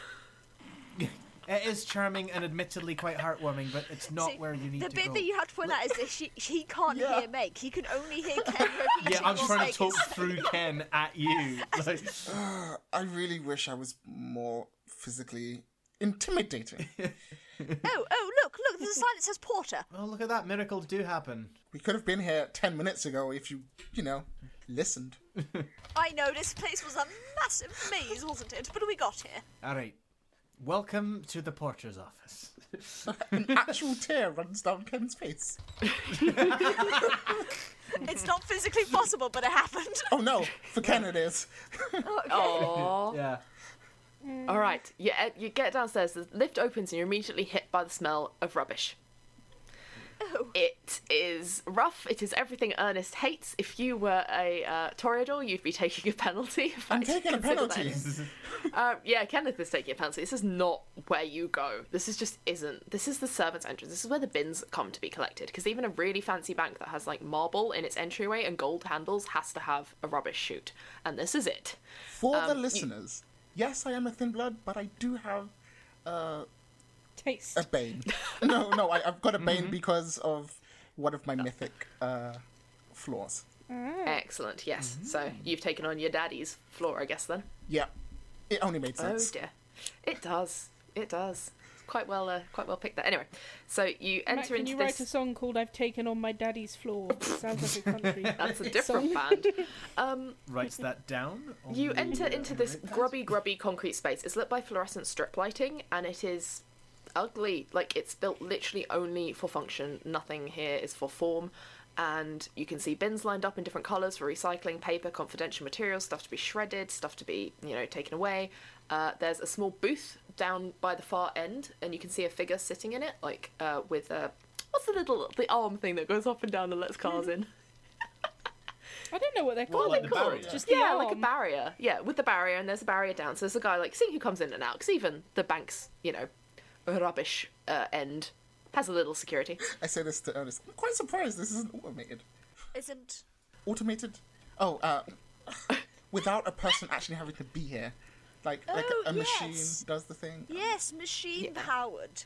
Speaker 2: It is charming and admittedly quite heartwarming, but it's not
Speaker 5: See,
Speaker 2: where you need
Speaker 5: the
Speaker 2: to
Speaker 5: bit
Speaker 2: go.
Speaker 5: that you have to point out is that she, he can't
Speaker 3: Yeah.
Speaker 5: hear Meg. He can only hear Ken
Speaker 2: yeah,
Speaker 5: repeating
Speaker 2: I'm
Speaker 5: what's
Speaker 2: trying
Speaker 5: Meg
Speaker 2: to talk
Speaker 5: is-
Speaker 2: through Ken at you. Like,
Speaker 3: I really wish I was more physically intimidating.
Speaker 5: Oh, oh, look, look, there's a sign that says Porter.
Speaker 2: oh, look at that! Miracles do happen.
Speaker 3: we could have been here 10 minutes ago if you, you know, listened.
Speaker 5: I know, this place was a massive maze, wasn't it? But we got here.
Speaker 2: All right, welcome to the porter's office.
Speaker 3: An actual tear runs down Ken's face.
Speaker 5: It's not physically possible, but it happened.
Speaker 3: Oh no, for Ken it is.
Speaker 4: Aww.
Speaker 2: Yeah.
Speaker 4: All right, uh, you, you get downstairs. The lift opens and you're immediately hit by the smell of rubbish. It is rough. It is everything Ernest hates. If you were a uh, Toreador, you'd be taking a penalty. If
Speaker 3: I'm
Speaker 4: I
Speaker 3: taking a
Speaker 4: consider that.
Speaker 3: penalty.
Speaker 4: Um, yeah, Kenneth is taking a penalty. This is not where you go. This is just isn't. This is the servants' entrance. This is where the bins come to be collected. Because even a really fancy bank that has like marble in its entryway and gold handles has to have a rubbish chute, and this is it.
Speaker 3: For
Speaker 4: Um,
Speaker 3: the listeners, yes, I am a thin blood, but I do have uh,
Speaker 1: Taste.
Speaker 4: Uh,
Speaker 3: a bane. no, no, I, I've got a
Speaker 4: Mm-hmm.
Speaker 3: bane because of one of my mythic uh, flaws.
Speaker 1: Ah.
Speaker 4: uh, Excellent. Yes. So
Speaker 1: Mm.
Speaker 4: you've taken on your daddy's floor, I guess then.
Speaker 3: Yeah, it only made sense.
Speaker 4: Oh dear, it does. It does. Quite well. Uh, quite well picked. That anyway. So you enter
Speaker 1: Matt, can
Speaker 4: into
Speaker 1: you
Speaker 4: this.
Speaker 1: write a song called "I've Taken on My Daddy's Floor"? Sounds like a country.
Speaker 4: That's a different
Speaker 1: song.
Speaker 4: band. Um,
Speaker 2: Writes that down. on
Speaker 4: You
Speaker 2: the,
Speaker 4: enter
Speaker 2: uh,
Speaker 4: into this
Speaker 2: notepad.
Speaker 4: grubby, grubby concrete space. It's lit by fluorescent strip lighting, and it is ugly. Like it's built literally only for function. Nothing here is for form. And you can see bins lined up in different colours for recycling, paper, confidential materials, stuff to be shredded, stuff to be, you know, taken away. Uh, there's a small booth down by the far end, and you can see a figure sitting in it, like uh, with a what's the little the arm thing that goes up and down and lets cars in.
Speaker 1: I don't know what they're called.
Speaker 2: like the
Speaker 1: They're
Speaker 2: barrier?
Speaker 1: Just the
Speaker 4: Yeah, like a
Speaker 1: arm.
Speaker 4: barrier. Yeah, with the barrier, and there's a barrier down. So there's a guy like seeing who comes in and out. Because even the bank's, you know, rubbish uh, end has a little security.
Speaker 3: I say this to Ernest. I'm quite surprised this isn't automated.
Speaker 5: Isn't
Speaker 3: Automated? Oh, uh, without a person actually having to be here. Like, like
Speaker 5: Oh,
Speaker 3: a
Speaker 5: yes.
Speaker 3: machine does the thing.
Speaker 5: yes, machine powered.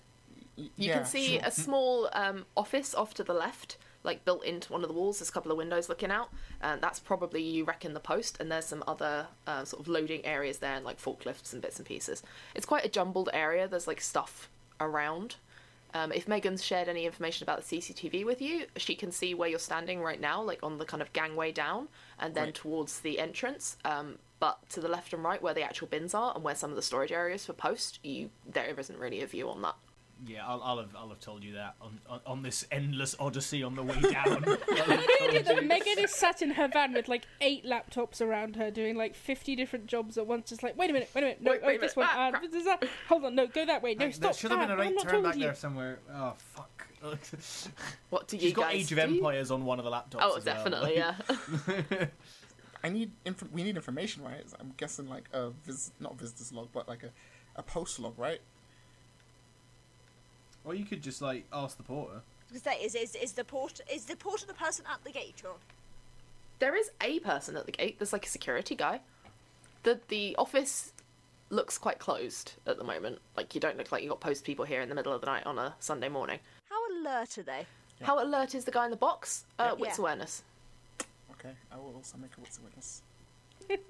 Speaker 3: Y-
Speaker 4: You
Speaker 3: yeah,
Speaker 4: can see
Speaker 3: sure. Mm.
Speaker 4: a small um, office off to the left, like built into one of the walls. There's a couple of windows looking out, and that's probably you reckon the post. And there's some other uh, sort of loading areas there, and like forklifts and bits and pieces. It's quite a jumbled area. There's like stuff around. Um, if Megan's shared any information about the CCTV with you, she can see where you're standing right now, like on the kind of gangway down, and then
Speaker 3: Right.
Speaker 4: towards the entrance. Um, but to the left and right, where the actual bins are and where some of the storage areas for post, you there isn't really a view on that.
Speaker 2: Yeah, I'll, I'll, have, I'll have told you that on, on, on this endless odyssey on the way down. I'll have told you.
Speaker 1: That Megan is sat in her van with like eight laptops around her, doing like fifty different jobs at once. Just like, wait a minute, wait a minute, no,
Speaker 4: Wait,
Speaker 1: oh,
Speaker 4: wait a
Speaker 1: this
Speaker 4: minute,
Speaker 1: one,
Speaker 4: ah,
Speaker 1: uh,
Speaker 4: crap.
Speaker 1: this is that. hold on, no, go that way, no,
Speaker 2: Like, there
Speaker 1: stop.
Speaker 2: should have been
Speaker 1: ah,
Speaker 2: a right
Speaker 1: I'm not
Speaker 2: turn
Speaker 1: talking
Speaker 2: back
Speaker 1: to you.
Speaker 2: there somewhere. Oh fuck!
Speaker 4: What do you
Speaker 2: She's got
Speaker 4: guys
Speaker 2: Age of
Speaker 4: do?
Speaker 2: Empires on one of the laptops.
Speaker 4: Oh,
Speaker 2: as well,
Speaker 4: definitely,
Speaker 2: like.
Speaker 4: yeah.
Speaker 3: I need inf- we need information, right? I'm guessing like a vis- not visitors log, but like a, a post log, right?
Speaker 2: Or you could just like ask the porter.
Speaker 5: Because that is, is is the port is the porter the person at the gate or
Speaker 4: there is a person at the gate. There's like a security guy. The the office looks quite closed at the moment. Like you don't look like you got post people here in the middle of the night on a Sunday morning.
Speaker 5: how alert are they?
Speaker 4: How alert is the guy in the box? Uh,
Speaker 5: Yeah.
Speaker 4: Wits awareness.
Speaker 3: Okay, I will also make a wits of witness.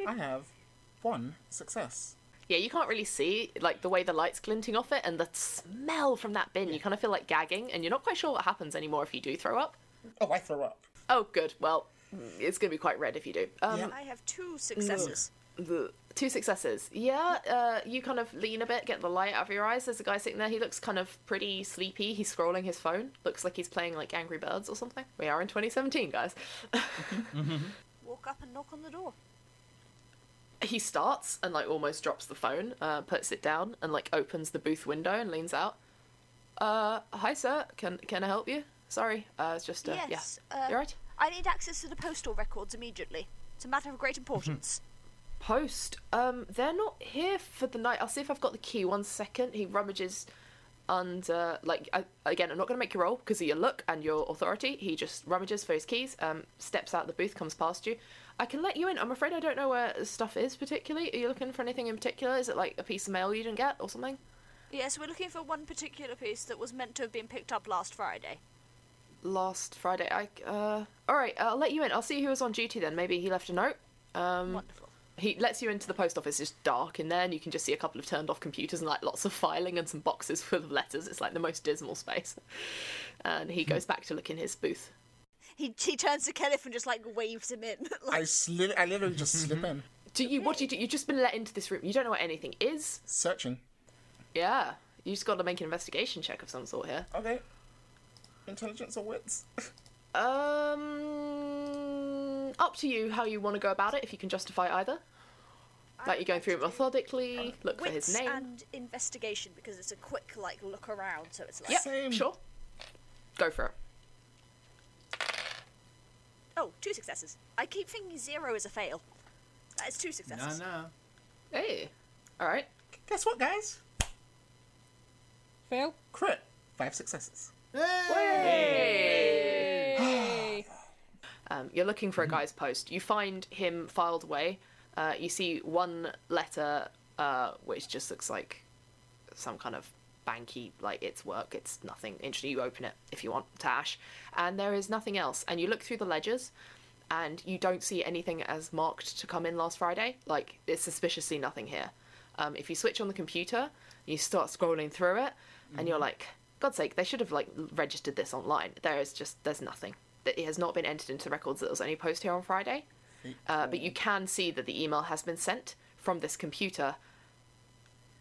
Speaker 3: I have one success.
Speaker 4: Yeah, you can't really see like the way the light's glinting off it and the smell from that bin. You kind of feel like gagging, and you're not quite sure what happens anymore if you do throw up.
Speaker 3: Oh, I throw up.
Speaker 4: Oh, good. Well, it's gonna be quite red if you do. Um,
Speaker 3: Yeah.
Speaker 5: I have two successes.
Speaker 4: the two successes. Yeah, uh, you kind of lean a bit, get the light out of your eyes. There's a guy sitting there. He looks kind of pretty sleepy. He's scrolling his phone. Looks like he's playing like Angry Birds or something. We are in 2017, guys.
Speaker 5: Walk up and knock on the door.
Speaker 4: he starts and like almost drops the phone, uh, puts it down, and like opens the booth window and leans out. Uh, hi sir, can can I help you? Sorry, uh, it's just uh,
Speaker 5: Yes,
Speaker 4: yeah.
Speaker 5: uh,
Speaker 4: you right.
Speaker 5: I need access to the postal records immediately. It's a matter of great importance.
Speaker 4: Post. Um, they're not here for the night. I'll see if I've got the key. One second. He rummages under, like, I, again, I'm not going to make you roll because of your look and your authority. He just rummages for his keys, um, steps out the booth, comes past you. I can let you in. I'm afraid I don't know where stuff is particularly. Are you looking for anything in particular? Is it like a piece of mail you didn't get or something?
Speaker 5: yes, we're looking for one particular piece that was meant to have been picked up last Friday.
Speaker 4: Last Friday. I. Uh, all right. I'll let you in. I'll see who was on duty then. Maybe he left a note. Um,
Speaker 5: Wonderful.
Speaker 4: He lets you into the post office. It's dark in there, and you can just see a couple of turned off computers and like lots of filing and some boxes full of letters. It's like the most dismal space. And he goes back to look in his booth.
Speaker 5: He he turns to Kenneth and just like waves him in. like,
Speaker 3: I slid. I literally just slip in,
Speaker 4: Do you? What do you do? You've just been let into this room. You don't know what anything is.
Speaker 3: searching.
Speaker 4: Yeah, you just got to make an investigation check of some sort here.
Speaker 3: Okay. Intelligence or wits?
Speaker 4: Um, up to you how you want to go about it. If you can justify either, like you're going through it methodically, look for his
Speaker 5: wits
Speaker 4: name.
Speaker 5: and investigation because it's a quick like look around, so it's like
Speaker 4: Yep,
Speaker 3: Same.
Speaker 4: sure. Go for it.
Speaker 5: oh, Two successes. I keep thinking zero is a fail. That is two successes.
Speaker 2: No, no.
Speaker 4: Hey. All right.
Speaker 3: Guess what, guys?
Speaker 1: Fail.
Speaker 3: Crit. Five successes.
Speaker 1: Hey.
Speaker 4: Um, you're looking for a guy's post. You find him filed away. Uh, you see one letter, uh, which just looks like some kind of banky, like it's work, it's nothing. Interesting. You open it if you want, Tash, and there is nothing else. And you look through the ledgers, and you don't see anything as marked to come in last Friday. Like it's suspiciously nothing here. Um, if you switch on the computer, you start scrolling through it, and you're like, God's sake, they should have like registered this online. There is just there's nothing. That it has not been entered into the records that it was only posted here on Friday. Uh, but you can see that the email has been sent from this computer,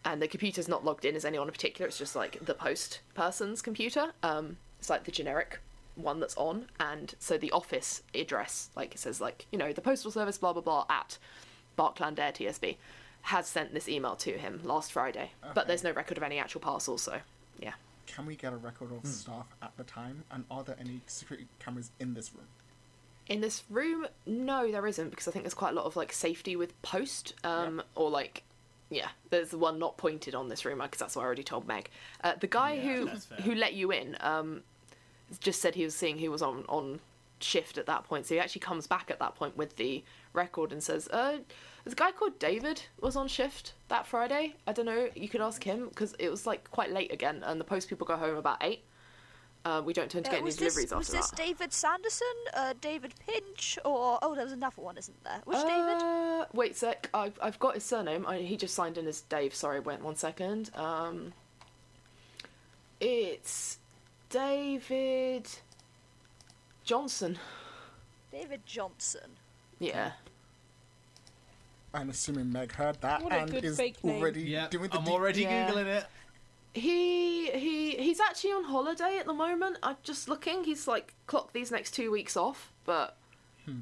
Speaker 4: and the computer's not logged in as anyone in particular. It's just like the post person's computer. Um, it's like the generic one that's on, and so the office address, like it says, like you know, the postal service, blah blah blah, at Barkland Air TSB, has sent this email to him last Friday. But there's no record of any actual parcels, so yeah.
Speaker 3: Can we get a record of staff at the time? And are there any security cameras in this room?
Speaker 4: In this room, no, there isn't because I think there's quite a lot of like safety with post, um, or like, yeah, there's the one not pointed on this room because that's what I already told Meg. Uh, the guy who
Speaker 2: that's fair.
Speaker 4: who let you in um, just said he was seeing who was on on shift at that point, so he actually comes back at that point with the record and says, "Uh, there's a guy called David was on shift that Friday. I don't know. You could ask him because it was like quite late again, and the post people go home about eight. Uh, we don't tend to
Speaker 5: Uh,
Speaker 4: get any
Speaker 5: was this,
Speaker 4: deliveries after
Speaker 5: was
Speaker 4: that.
Speaker 5: this David Sanderson, uh, David Pinch, or oh, there was another one, isn't there? Which David?
Speaker 4: Uh, wait, sec. I've, I've got his surname. I, he just signed in as Dave. Sorry, went one second. Um, it's David Johnson.
Speaker 5: David Johnson.
Speaker 4: Yeah.
Speaker 3: I'm assuming Meg heard that
Speaker 1: What a
Speaker 3: and
Speaker 1: good
Speaker 3: is
Speaker 1: fake name.
Speaker 3: already
Speaker 2: Yeah,
Speaker 3: doing the
Speaker 2: I'm
Speaker 3: deep-
Speaker 2: already
Speaker 4: Yeah.
Speaker 2: googling it.
Speaker 4: He he he's actually on holiday at the moment. I'm just looking. He's like clocked these next two weeks off, but.
Speaker 3: Hmm.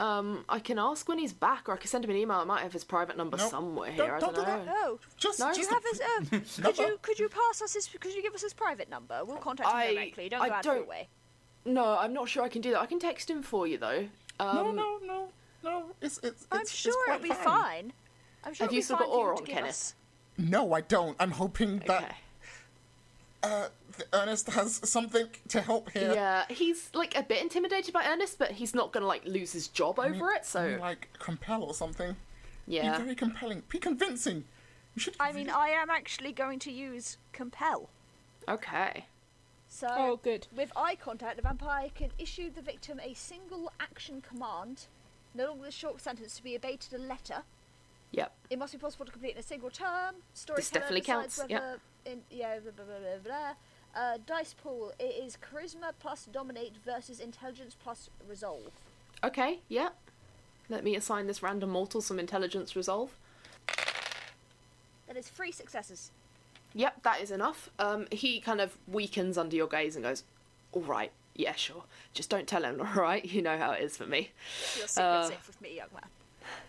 Speaker 4: Um, I can ask when he's back, or I can send him an email. I might have his private number
Speaker 3: Nope.
Speaker 4: somewhere
Speaker 3: Don't-
Speaker 4: here. I
Speaker 3: don't
Speaker 4: don't,
Speaker 3: do
Speaker 4: know.
Speaker 3: that.
Speaker 5: Oh,
Speaker 3: Just,
Speaker 4: No,
Speaker 5: do
Speaker 3: just
Speaker 5: you
Speaker 3: the
Speaker 5: have his? Um, could
Speaker 3: Number?
Speaker 5: you could you pass us his? Could you give us his private number? We'll contact
Speaker 4: I-
Speaker 5: him directly. Don't
Speaker 4: I
Speaker 5: go out of your
Speaker 4: don't-
Speaker 5: way.
Speaker 4: No, I'm not sure I can do that. I can text him for you though. Um,
Speaker 3: No, no, no, no. It's it's.
Speaker 5: I'm
Speaker 3: it's,
Speaker 5: sure
Speaker 3: it's
Speaker 5: it'll
Speaker 3: quite
Speaker 5: be fine. I'm sure
Speaker 4: Have
Speaker 5: it'll
Speaker 4: you
Speaker 5: be
Speaker 4: still
Speaker 5: fine
Speaker 4: got
Speaker 5: for you
Speaker 4: aura
Speaker 5: to
Speaker 4: on,
Speaker 5: give
Speaker 4: Kenneth?
Speaker 5: us.
Speaker 3: No, I don't. I'm hoping that uh,
Speaker 4: Okay.
Speaker 3: th- Ernest has something to help here.
Speaker 4: Yeah, he's like a bit intimidated by Ernest, but he's not gonna like lose his job over it.
Speaker 3: You,
Speaker 4: So
Speaker 3: mm, like compel or something.
Speaker 4: yeah,
Speaker 3: Be very compelling. Be convincing. You should.
Speaker 5: I mean, I am actually going to use compel.
Speaker 4: okay.
Speaker 5: So
Speaker 1: Oh, good.
Speaker 5: With eye contact, the vampire can issue the victim a single action command, no longer the short sentence to be obeyed to the letter.
Speaker 4: Yep.
Speaker 5: It must be possible to complete in a single term. Storyteller
Speaker 4: definitely
Speaker 5: decides
Speaker 4: counts, yep.
Speaker 5: Whether in, yeah, blah, blah, blah, blah, blah. Uh, dice pool. It is charisma plus dominate versus intelligence plus resolve.
Speaker 4: Okay. Yep. Let me assign this random mortal some intelligence resolve.
Speaker 5: That is three successes.
Speaker 4: Yep, that is enough. Um, he kind of weakens under your gaze and goes, "All right, yeah, sure. Just don't tell him, all right? You know how it is for me.
Speaker 5: Your secret's
Speaker 4: Uh,
Speaker 5: safe with me, young man.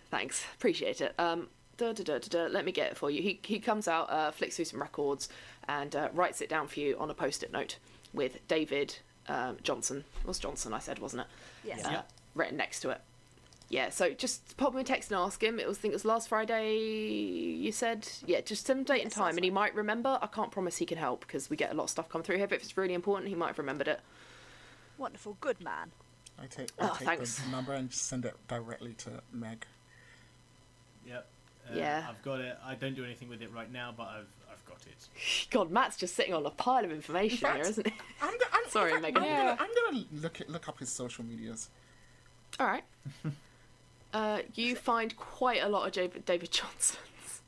Speaker 4: Thanks, appreciate it." Um, duh, duh, duh, duh, duh. Let me get it for you. He he comes out, uh, flicks through some records, and uh, writes it down for you on a post-it note with David um, Johnson. It was Johnson? I said, wasn't it?
Speaker 5: Yes.
Speaker 4: uh, written next to it. Yeah, so just pop him a text and ask him. It was I think it was last Friday. You said, yeah, just some date and
Speaker 5: Yes,
Speaker 4: time,
Speaker 5: that's
Speaker 4: and he might remember. I can't promise he can help because we get a lot of stuff come through here. But if it's really important, he might have remembered it.
Speaker 5: Wonderful, good man.
Speaker 3: I take. I
Speaker 4: Oh,
Speaker 3: take
Speaker 4: thanks.
Speaker 3: the number and just send it directly to Meg.
Speaker 2: Yep. Uh,
Speaker 4: Yeah.
Speaker 2: I've got it. I don't do anything with it right now, but I've I've got it.
Speaker 4: God, Matt's just sitting on a pile of information
Speaker 3: fact-
Speaker 4: here, isn't he?
Speaker 3: I'm, go- I'm
Speaker 4: Sorry,
Speaker 3: I'm,
Speaker 4: Megan.
Speaker 3: I'm,
Speaker 1: Yeah.
Speaker 3: gonna, I'm gonna look it, look up his social medias.
Speaker 4: All right. Uh, you find quite a lot of David, David Johnson's.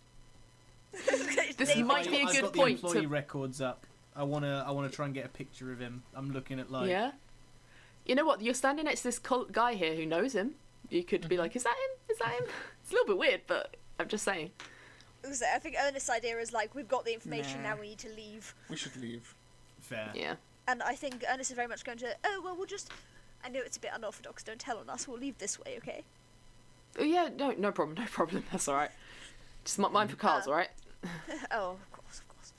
Speaker 4: this might
Speaker 2: I've
Speaker 4: be a
Speaker 2: got- I've
Speaker 4: good
Speaker 2: got
Speaker 4: point
Speaker 2: The employee
Speaker 4: to
Speaker 2: records up. I wanna I wanna try and get a picture of him. I'm looking at like
Speaker 4: Yeah. You know what? You're standing next to this col- guy here who knows him. You could be like, "Is that him? Is that him?" It's a little bit weird, but I'm just saying.
Speaker 5: So I think Ernest's idea is like we've got the information
Speaker 3: Nah.
Speaker 5: now. We need to leave,
Speaker 3: We should leave.
Speaker 2: fair.
Speaker 4: Yeah.
Speaker 5: and I think Ernest is very much going to. Oh well, we'll just. I know it's a bit unorthodox. Don't tell on us. We'll leave this way, okay?
Speaker 4: Oh, yeah. No, no problem. No problem. That's all right. Just mi- mine for cars, all right?
Speaker 5: Oh, of course, of course.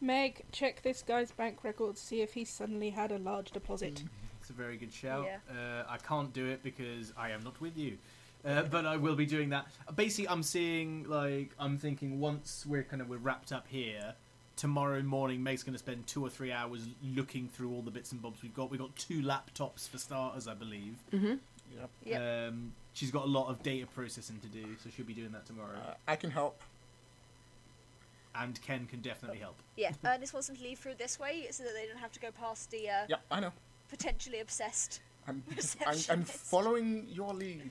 Speaker 1: Meg, check this guy's bank records. See if he suddenly had a large deposit.
Speaker 2: It's a very good shout.
Speaker 5: Yeah.
Speaker 2: Uh, I can't do it because I am not with you. Uh, but I will be doing that. Basically, I'm seeing like I'm thinking once we're kind of we're wrapped up here. Tomorrow morning, Meg's going to spend two or three hours looking through all the bits and bobs we've got. We've got two laptops for starters, I believe. Um, she's got a lot of data processing to do, so she'll be doing that tomorrow.
Speaker 3: Uh, I can help.
Speaker 2: and Ken can definitely help.
Speaker 5: Yeah, Ernest wants them to leave through this way so that they don't have to go past the uh,
Speaker 3: Yeah, I know.
Speaker 5: potentially obsessed.
Speaker 3: I'm, I'm, I'm
Speaker 5: Receptionist.
Speaker 3: following your lead,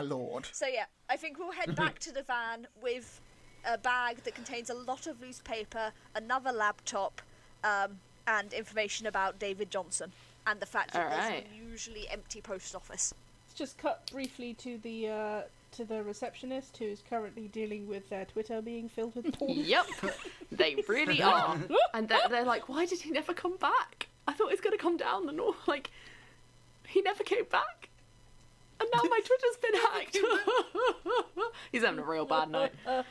Speaker 3: lord.
Speaker 5: So yeah, I think we'll head back to the van with a bag that contains a lot of loose paper, another laptop, um, and information about David Johnson and the fact that there's
Speaker 4: Alright.
Speaker 5: an usually empty post office.
Speaker 1: Let's just cut briefly to the uh, to the receptionist who's currently dealing with their Twitter being filled with porn.
Speaker 4: Yep, they really are. And they're, they're like, why did he never come back? I thought he was going to come down the north. Like, he never came back. And now my Twitter's been hacked. He's having a real bad night.
Speaker 1: Uh,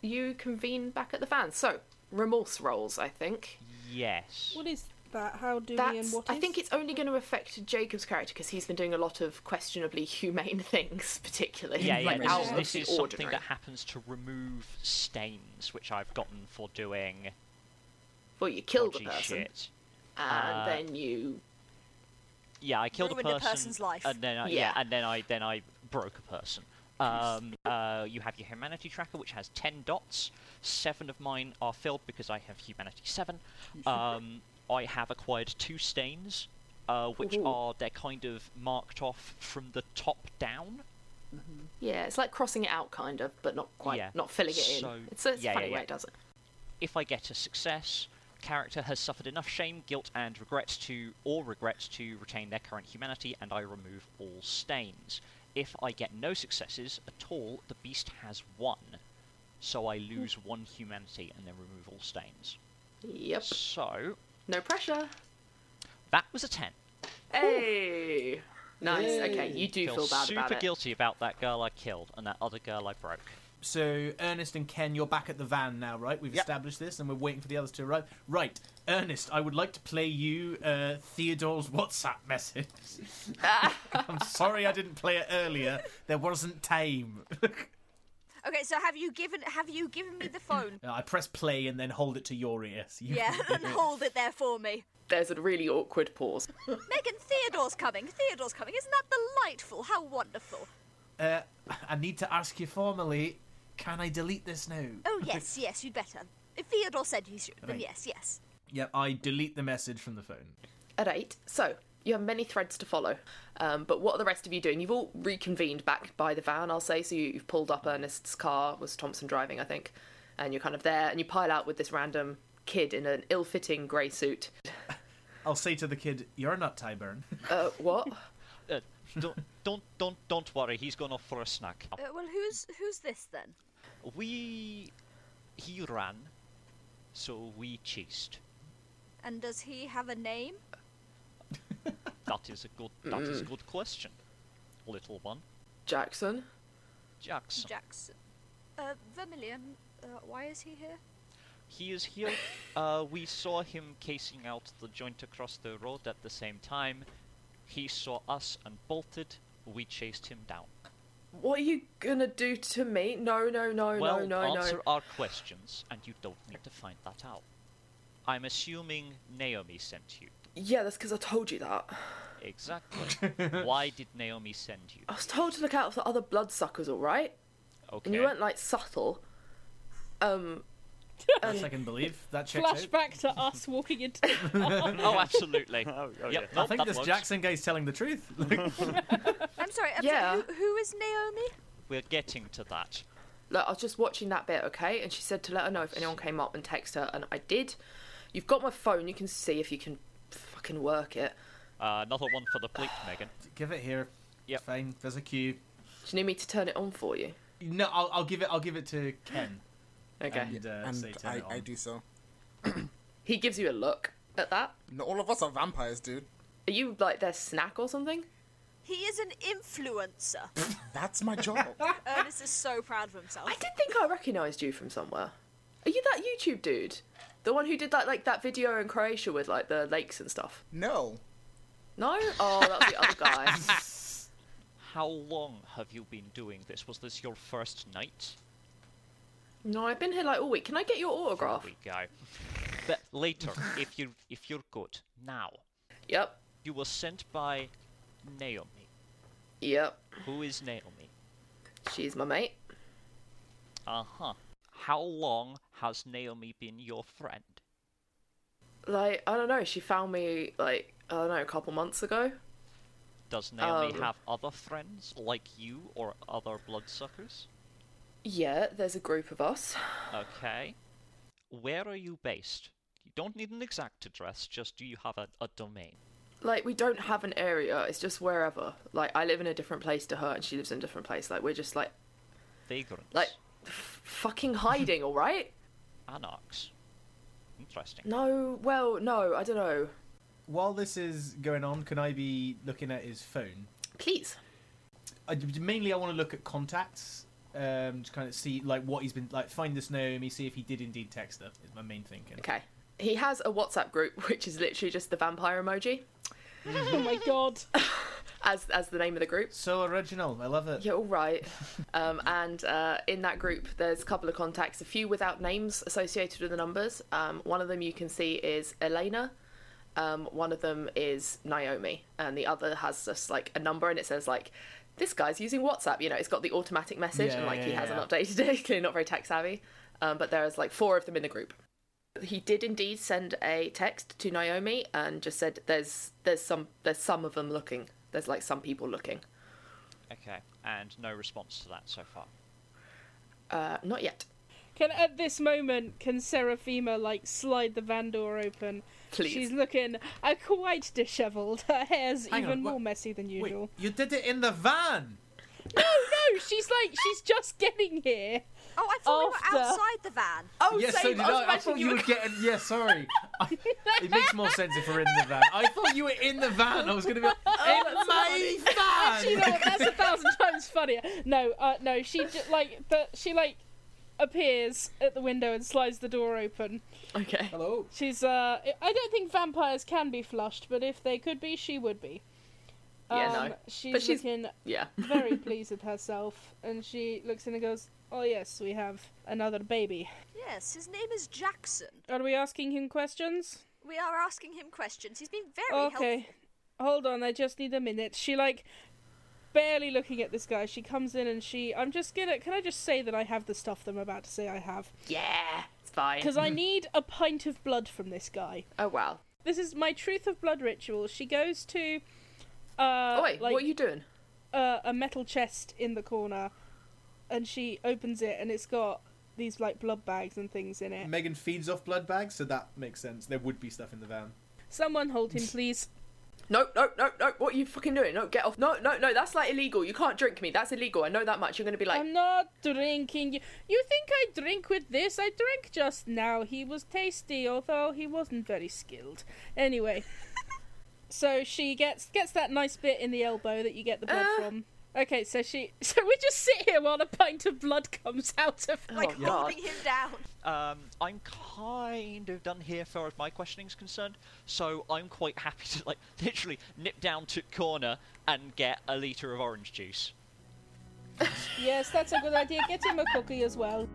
Speaker 4: You convene back at the van. So, remorse rolls, I think.
Speaker 6: Yes.
Speaker 1: What is that? How do we and
Speaker 4: That's,
Speaker 1: what is?
Speaker 4: I think it's only going to affect Jacob's character because he's been doing a lot of questionably humane things, particularly
Speaker 6: Yeah, yeah.
Speaker 4: like
Speaker 6: This,
Speaker 4: out
Speaker 6: is,
Speaker 4: of
Speaker 6: this
Speaker 4: the
Speaker 6: is
Speaker 4: ordinary.
Speaker 6: something that happens to remove stains, which I've gotten for doing
Speaker 4: well, you kill the
Speaker 6: dodgy
Speaker 4: person
Speaker 6: shit.
Speaker 4: and
Speaker 6: Uh,
Speaker 4: then you
Speaker 6: Yeah, I killed
Speaker 5: Ruined
Speaker 6: a
Speaker 5: a
Speaker 6: person,
Speaker 5: person's life.
Speaker 6: and then I, yeah.
Speaker 4: Yeah.
Speaker 6: and then I then I broke a person. Um, uh, you have your humanity tracker, which has ten dots. Seven of mine are filled because I have humanity seven. Um, I have acquired two stains, uh, which
Speaker 4: Ooh.
Speaker 6: are they're kind of marked off from the top down.
Speaker 4: Yeah, it's like crossing it out, kind of, but not quite,
Speaker 6: Yeah.
Speaker 4: not filling it in.
Speaker 6: So-
Speaker 4: it's a it's a
Speaker 6: yeah,
Speaker 4: funny
Speaker 6: yeah,
Speaker 4: way
Speaker 6: yeah.
Speaker 4: it does it.
Speaker 6: if I get a success, character has suffered enough shame, guilt, and regret to or regret to retain their current humanity, and I remove all stains. If I get no successes at all, the beast has one, so I lose
Speaker 4: Hmm.
Speaker 6: one humanity and then remove all stains.
Speaker 4: Yep.
Speaker 6: So
Speaker 4: No pressure.
Speaker 6: that was a ten.
Speaker 4: Hey. Nice. Okay, you do
Speaker 6: feel,
Speaker 4: feel bad
Speaker 6: super
Speaker 4: about it.
Speaker 6: guilty about that girl I killed and that other girl I broke.
Speaker 2: So Ernest and Ken, you're back at the van now, right? We've
Speaker 6: Yep.
Speaker 2: established this, and we're waiting for the others to arrive. Right, Ernest, I would like to play you uh, Theodore's WhatsApp message. I'm sorry I didn't play it earlier. There wasn't time. Uh,
Speaker 5: Okay, so have you given have you given me the phone?
Speaker 2: I press play and then hold it to your ear. so you
Speaker 5: yeah,
Speaker 2: can hear
Speaker 5: and
Speaker 2: it.
Speaker 5: hold it there for me.
Speaker 4: There's a really awkward pause.
Speaker 5: Megan, Theodore's coming. Theodore's coming. Isn't that delightful? How wonderful.
Speaker 2: Uh, I need to ask you formally. Can I delete this now?
Speaker 5: Oh yes, yes, you'd better. If Theodore said you should, then
Speaker 2: Right.
Speaker 5: yes, yes.
Speaker 2: Yeah, I delete the message from the phone.
Speaker 4: At eight, so you have many threads to follow. Um, but what are the rest of you doing? You've all reconvened back by the van, I'll say. So you, you've pulled up Ernest's car. Was Thompson driving? I think. And you're kind of there, and you pile out with this random kid in an ill-fitting grey suit.
Speaker 2: I'll say to the kid, "You're not Tyburn."
Speaker 4: Uh, what?
Speaker 6: Uh, don't, don't, don't, don't worry. He's gone off for a snack.
Speaker 5: Uh, well, who's who's this then?
Speaker 6: We, he ran, so we chased.
Speaker 5: And does he have a name?
Speaker 6: That is a good. That is a good question, little one.
Speaker 4: Jackson?
Speaker 6: Jackson.
Speaker 5: Jackson. Uh, Vermilion. Uh, why is he here?
Speaker 6: He is here. Uh, we saw him casing out the joint across the road at the same time. He saw us and bolted. We chased him down.
Speaker 4: What are you gonna do to me? No, no, Oh, no,
Speaker 6: well,
Speaker 4: no, no,
Speaker 6: answer
Speaker 4: no.
Speaker 6: our questions, and you don't need to find that out. I'm assuming Naomi sent you.
Speaker 4: Yeah, that's because I told you that.
Speaker 6: Exactly. Why did Naomi send you?
Speaker 4: I was told to look out for other bloodsuckers, all right?
Speaker 6: Okay.
Speaker 4: And Oh, you weren't like subtle. Um,
Speaker 2: Yes, I can believe that checks out.
Speaker 1: flashback to us walking into. The...
Speaker 6: Oh, absolutely.
Speaker 7: Oh, oh,
Speaker 6: yep,
Speaker 7: yeah.
Speaker 6: no,
Speaker 2: I think
Speaker 6: that
Speaker 2: this
Speaker 6: works.
Speaker 2: Jackson guy's telling the truth.
Speaker 5: I'm sorry. I'm
Speaker 4: Yeah.
Speaker 5: sorry. Who, who is Naomi?
Speaker 6: We're getting to that.
Speaker 4: look, I was just watching that bit, okay? And she said to let her know if anyone came up and text her, and I did. You've got my phone, you can see if you can fucking work it.
Speaker 6: Uh, another one for the bleep, Megan.
Speaker 2: give it here.
Speaker 6: Yep.
Speaker 2: Fine. There's a cue.
Speaker 4: Do you need me to turn it on for you?
Speaker 2: No, I'll, I'll give it. I'll give it to Ken.
Speaker 4: Okay.
Speaker 2: And, uh,
Speaker 3: and
Speaker 2: say turn
Speaker 3: I,
Speaker 2: it
Speaker 3: I
Speaker 2: on.
Speaker 3: do so.
Speaker 4: He gives you a look at that.
Speaker 3: No, all of us are vampires, dude.
Speaker 4: Are you like their snack or something?
Speaker 5: He is an influencer.
Speaker 3: That's my job.
Speaker 5: Ernest is so proud of himself.
Speaker 4: I did think I recognised you from somewhere. Are you that YouTube dude? The one who did that like that video in Croatia with like the lakes and stuff.
Speaker 3: no,
Speaker 4: No? Oh, that was the other guy.
Speaker 6: How long have you been doing this? Was this your first night?
Speaker 4: No, I've been here like all week. Can I get your autograph?
Speaker 6: We go. But later, if you if you're good now,
Speaker 4: Yep.
Speaker 6: you were sent by Naomi.
Speaker 4: Yep.
Speaker 6: Who is Naomi?
Speaker 4: She's my mate.
Speaker 6: Uh huh. How long has Naomi been your friend?
Speaker 4: Like, I don't know. She found me, like, I don't know, a couple months ago.
Speaker 6: Does Naomi
Speaker 4: Um,
Speaker 6: have other friends like you or other bloodsuckers?
Speaker 4: Yeah, there's a group of us.
Speaker 6: Okay. Where are you based? You don't need an exact address, just do you have a, a domain?
Speaker 4: Like, we don't have an area. It's just wherever. Like, I live in a different place to her, and she lives in a different place. Like, we're just, like,
Speaker 6: Vagrants.
Speaker 4: like, f- fucking hiding, all right?
Speaker 6: Anarchs. Interesting.
Speaker 4: No, well, no, I don't know.
Speaker 2: While this is going on, can I be looking at his phone?
Speaker 4: Please.
Speaker 2: I, mainly, I want to look at contacts, um, to kind of see like what he's been like. Find this Naomi, see if he did indeed text her. Is my main thinking.
Speaker 4: Okay. He has a WhatsApp group, which is literally just the vampire emoji
Speaker 1: Oh my god.
Speaker 4: as as the name of the group.
Speaker 2: So original, I love it.
Speaker 4: Yeah, all right. Um, and uh, in that group, there's a couple of contacts, a few without names associated with the numbers. Um, one of them you can see is Elena. Um, one of them is Naomi, and the other has just like a number, and it says like, "This guy's using WhatsApp." You know, it's got the automatic message, and
Speaker 2: Yeah,
Speaker 4: like he
Speaker 2: yeah,
Speaker 4: hasn't
Speaker 2: yeah.
Speaker 4: updated it. Clearly not very tech savvy. Um, but there is like four of them in the group. He did indeed send a text to Naomi and just said, "There's there's some there's some of them looking. There's like some people looking."
Speaker 6: Okay, and no response to that so far.
Speaker 4: Uh, not yet.
Speaker 1: Can at this moment can Seraphima like slide the van door open?
Speaker 4: Please.
Speaker 1: She's looking uh, quite dishevelled. Her hair's
Speaker 2: Hang
Speaker 1: even
Speaker 2: on,
Speaker 1: more
Speaker 2: what-
Speaker 1: messy than
Speaker 2: Wait,
Speaker 1: usual.
Speaker 2: you did it in the van.
Speaker 1: No, she's like she's just getting here.
Speaker 5: Oh, I thought
Speaker 1: After-
Speaker 5: we were outside the van.
Speaker 1: Oh,
Speaker 2: yes, so
Speaker 1: same.
Speaker 2: did
Speaker 1: was
Speaker 2: I. I
Speaker 1: imagining
Speaker 2: thought you
Speaker 1: were-
Speaker 2: were getting. Yeah, sorry. I, it makes more sense if we're in the van. I thought you were in the van. I was going to be like,
Speaker 1: Oh,
Speaker 2: in my
Speaker 1: Actually, no,
Speaker 2: van.
Speaker 1: that's a thousand times funnier. No, uh, no, she j- like but she like appears at the window and slides the door open.
Speaker 4: Okay.
Speaker 2: Hello.
Speaker 1: She's uh, I don't think vampires can be flushed, but if they could be, she would be.
Speaker 4: Yeah,
Speaker 1: um,
Speaker 4: no.
Speaker 1: She's,
Speaker 4: But she's-
Speaker 1: looking
Speaker 4: Yeah.
Speaker 1: very pleased with herself, and she looks in and goes, "Oh yes, we have another baby."
Speaker 5: Yes, his name is Jackson.
Speaker 1: Are we asking him questions?
Speaker 5: We are asking him questions. He's been very
Speaker 1: okay, hold on. I just need a minute. She like barely looking at this guy. She comes in and she. I'm just gonna. Can I just say that I have the stuff that I'm about to say I have?
Speaker 4: Yeah. It's fine.
Speaker 1: Because I need a pint of blood from this guy.
Speaker 4: Oh wow.
Speaker 1: This is my truth of blood ritual. She goes to. Uh,
Speaker 4: oh wait,
Speaker 1: like,
Speaker 4: what are you doing?
Speaker 1: uh, a metal chest in the corner, and she opens it, and it's got these like blood bags and things in it.
Speaker 4: Mm.
Speaker 2: Megan feeds off blood bags, so that makes sense. There would be stuff in the van.
Speaker 1: Someone hold him, please.
Speaker 4: No, no, no, no. What are you fucking doing? No, get off. No, no, no. That's like illegal. You can't drink me. That's illegal. I know that much. You're gonna be like,
Speaker 1: I'm not drinking. You You think I drink with this? I drank just now. He was tasty, although he wasn't very skilled. Anyway, so she gets gets that nice bit in the elbow that you get the blood
Speaker 4: Uh.
Speaker 1: from. Okay, so she so we just sit here while a pint of blood comes out of
Speaker 5: helpful, like
Speaker 4: Oh, God.
Speaker 5: holding him down.
Speaker 6: Um, I'm kind of done here, far as my questioning's concerned. So I'm quite happy to like literally nip down to corner and get a liter of orange juice.
Speaker 1: Yes, that's a good idea. Get him a cookie as well.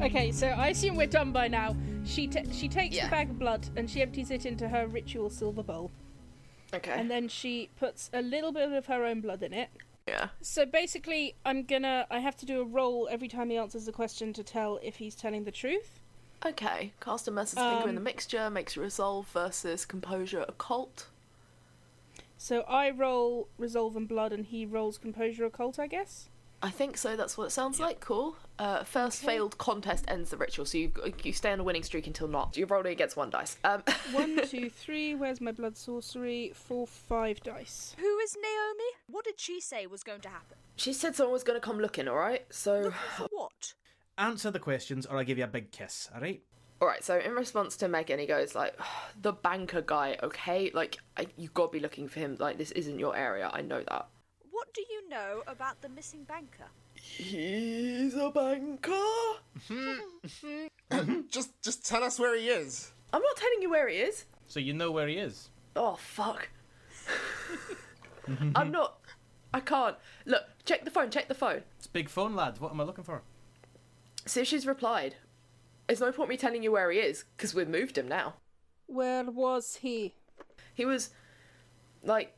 Speaker 1: Okay, so I assume we're done by now. She ta she takes
Speaker 4: Yeah.
Speaker 1: the bag of blood and she empties it into her ritual silver bowl,
Speaker 4: okay,
Speaker 1: and then she puts a little bit of her own blood in it.
Speaker 4: yeah,
Speaker 1: So basically, I'm gonna I have to do a roll every time he answers the question to tell if he's telling the truth.
Speaker 4: okay. Cast a messer's finger
Speaker 1: Um,
Speaker 4: in the mixture makes resolve versus composure occult.
Speaker 1: So I roll resolve and blood, and he rolls composure occult, I guess.
Speaker 4: I think so. That's what it sounds like. Cool. Uh, first failed contest ends the ritual, so you you stay on a winning streak until not. You're rolling against one dice. Um,
Speaker 1: One, two, three. Where's my blood sorcery? Four, five dice.
Speaker 5: Who is Naomi? What did she say was going to happen?
Speaker 4: she said someone was going to come looking. All right. So,
Speaker 5: For what?
Speaker 2: Answer the questions, or I give you a big kiss. All right.
Speaker 4: all right. So in response to Megan, he goes like, "The banker guy. Okay. Like I, you got to be looking for him. Like this isn't your area. I know that."
Speaker 5: What do you know about the missing banker?
Speaker 4: He's a banker.
Speaker 3: Just just tell us where he is.
Speaker 4: I'm not telling you where he is.
Speaker 2: So you know where he is.
Speaker 4: Oh fuck. I'm not. I can't. Look, check the phone. Check the phone.
Speaker 2: It's big phone, lad. What am I looking for?
Speaker 4: See if she's replied. There's no point me telling you where he is because we've moved him now.
Speaker 1: Where was he?
Speaker 4: He was like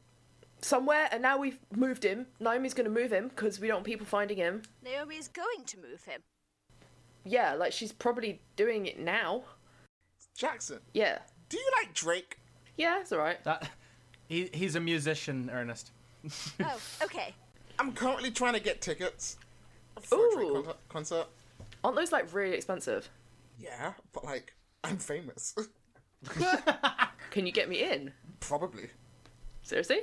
Speaker 4: somewhere, and now we've moved him. Naomi's going to move him because we don't want people finding him.
Speaker 5: Naomi is going to move him.
Speaker 4: Yeah, like she's probably doing it now.
Speaker 3: Jackson,
Speaker 4: Yeah,
Speaker 3: do you like Drake?
Speaker 4: yeah, it's all right.
Speaker 2: That he, he's a musician, Ernest.
Speaker 5: Oh, okay.
Speaker 3: I'm currently trying to get tickets for a Drake
Speaker 4: Ooh.
Speaker 3: con- concert.
Speaker 4: Aren't those like really expensive?
Speaker 3: Yeah, but like I'm famous,
Speaker 4: Can you get me in?
Speaker 3: probably.
Speaker 4: Seriously?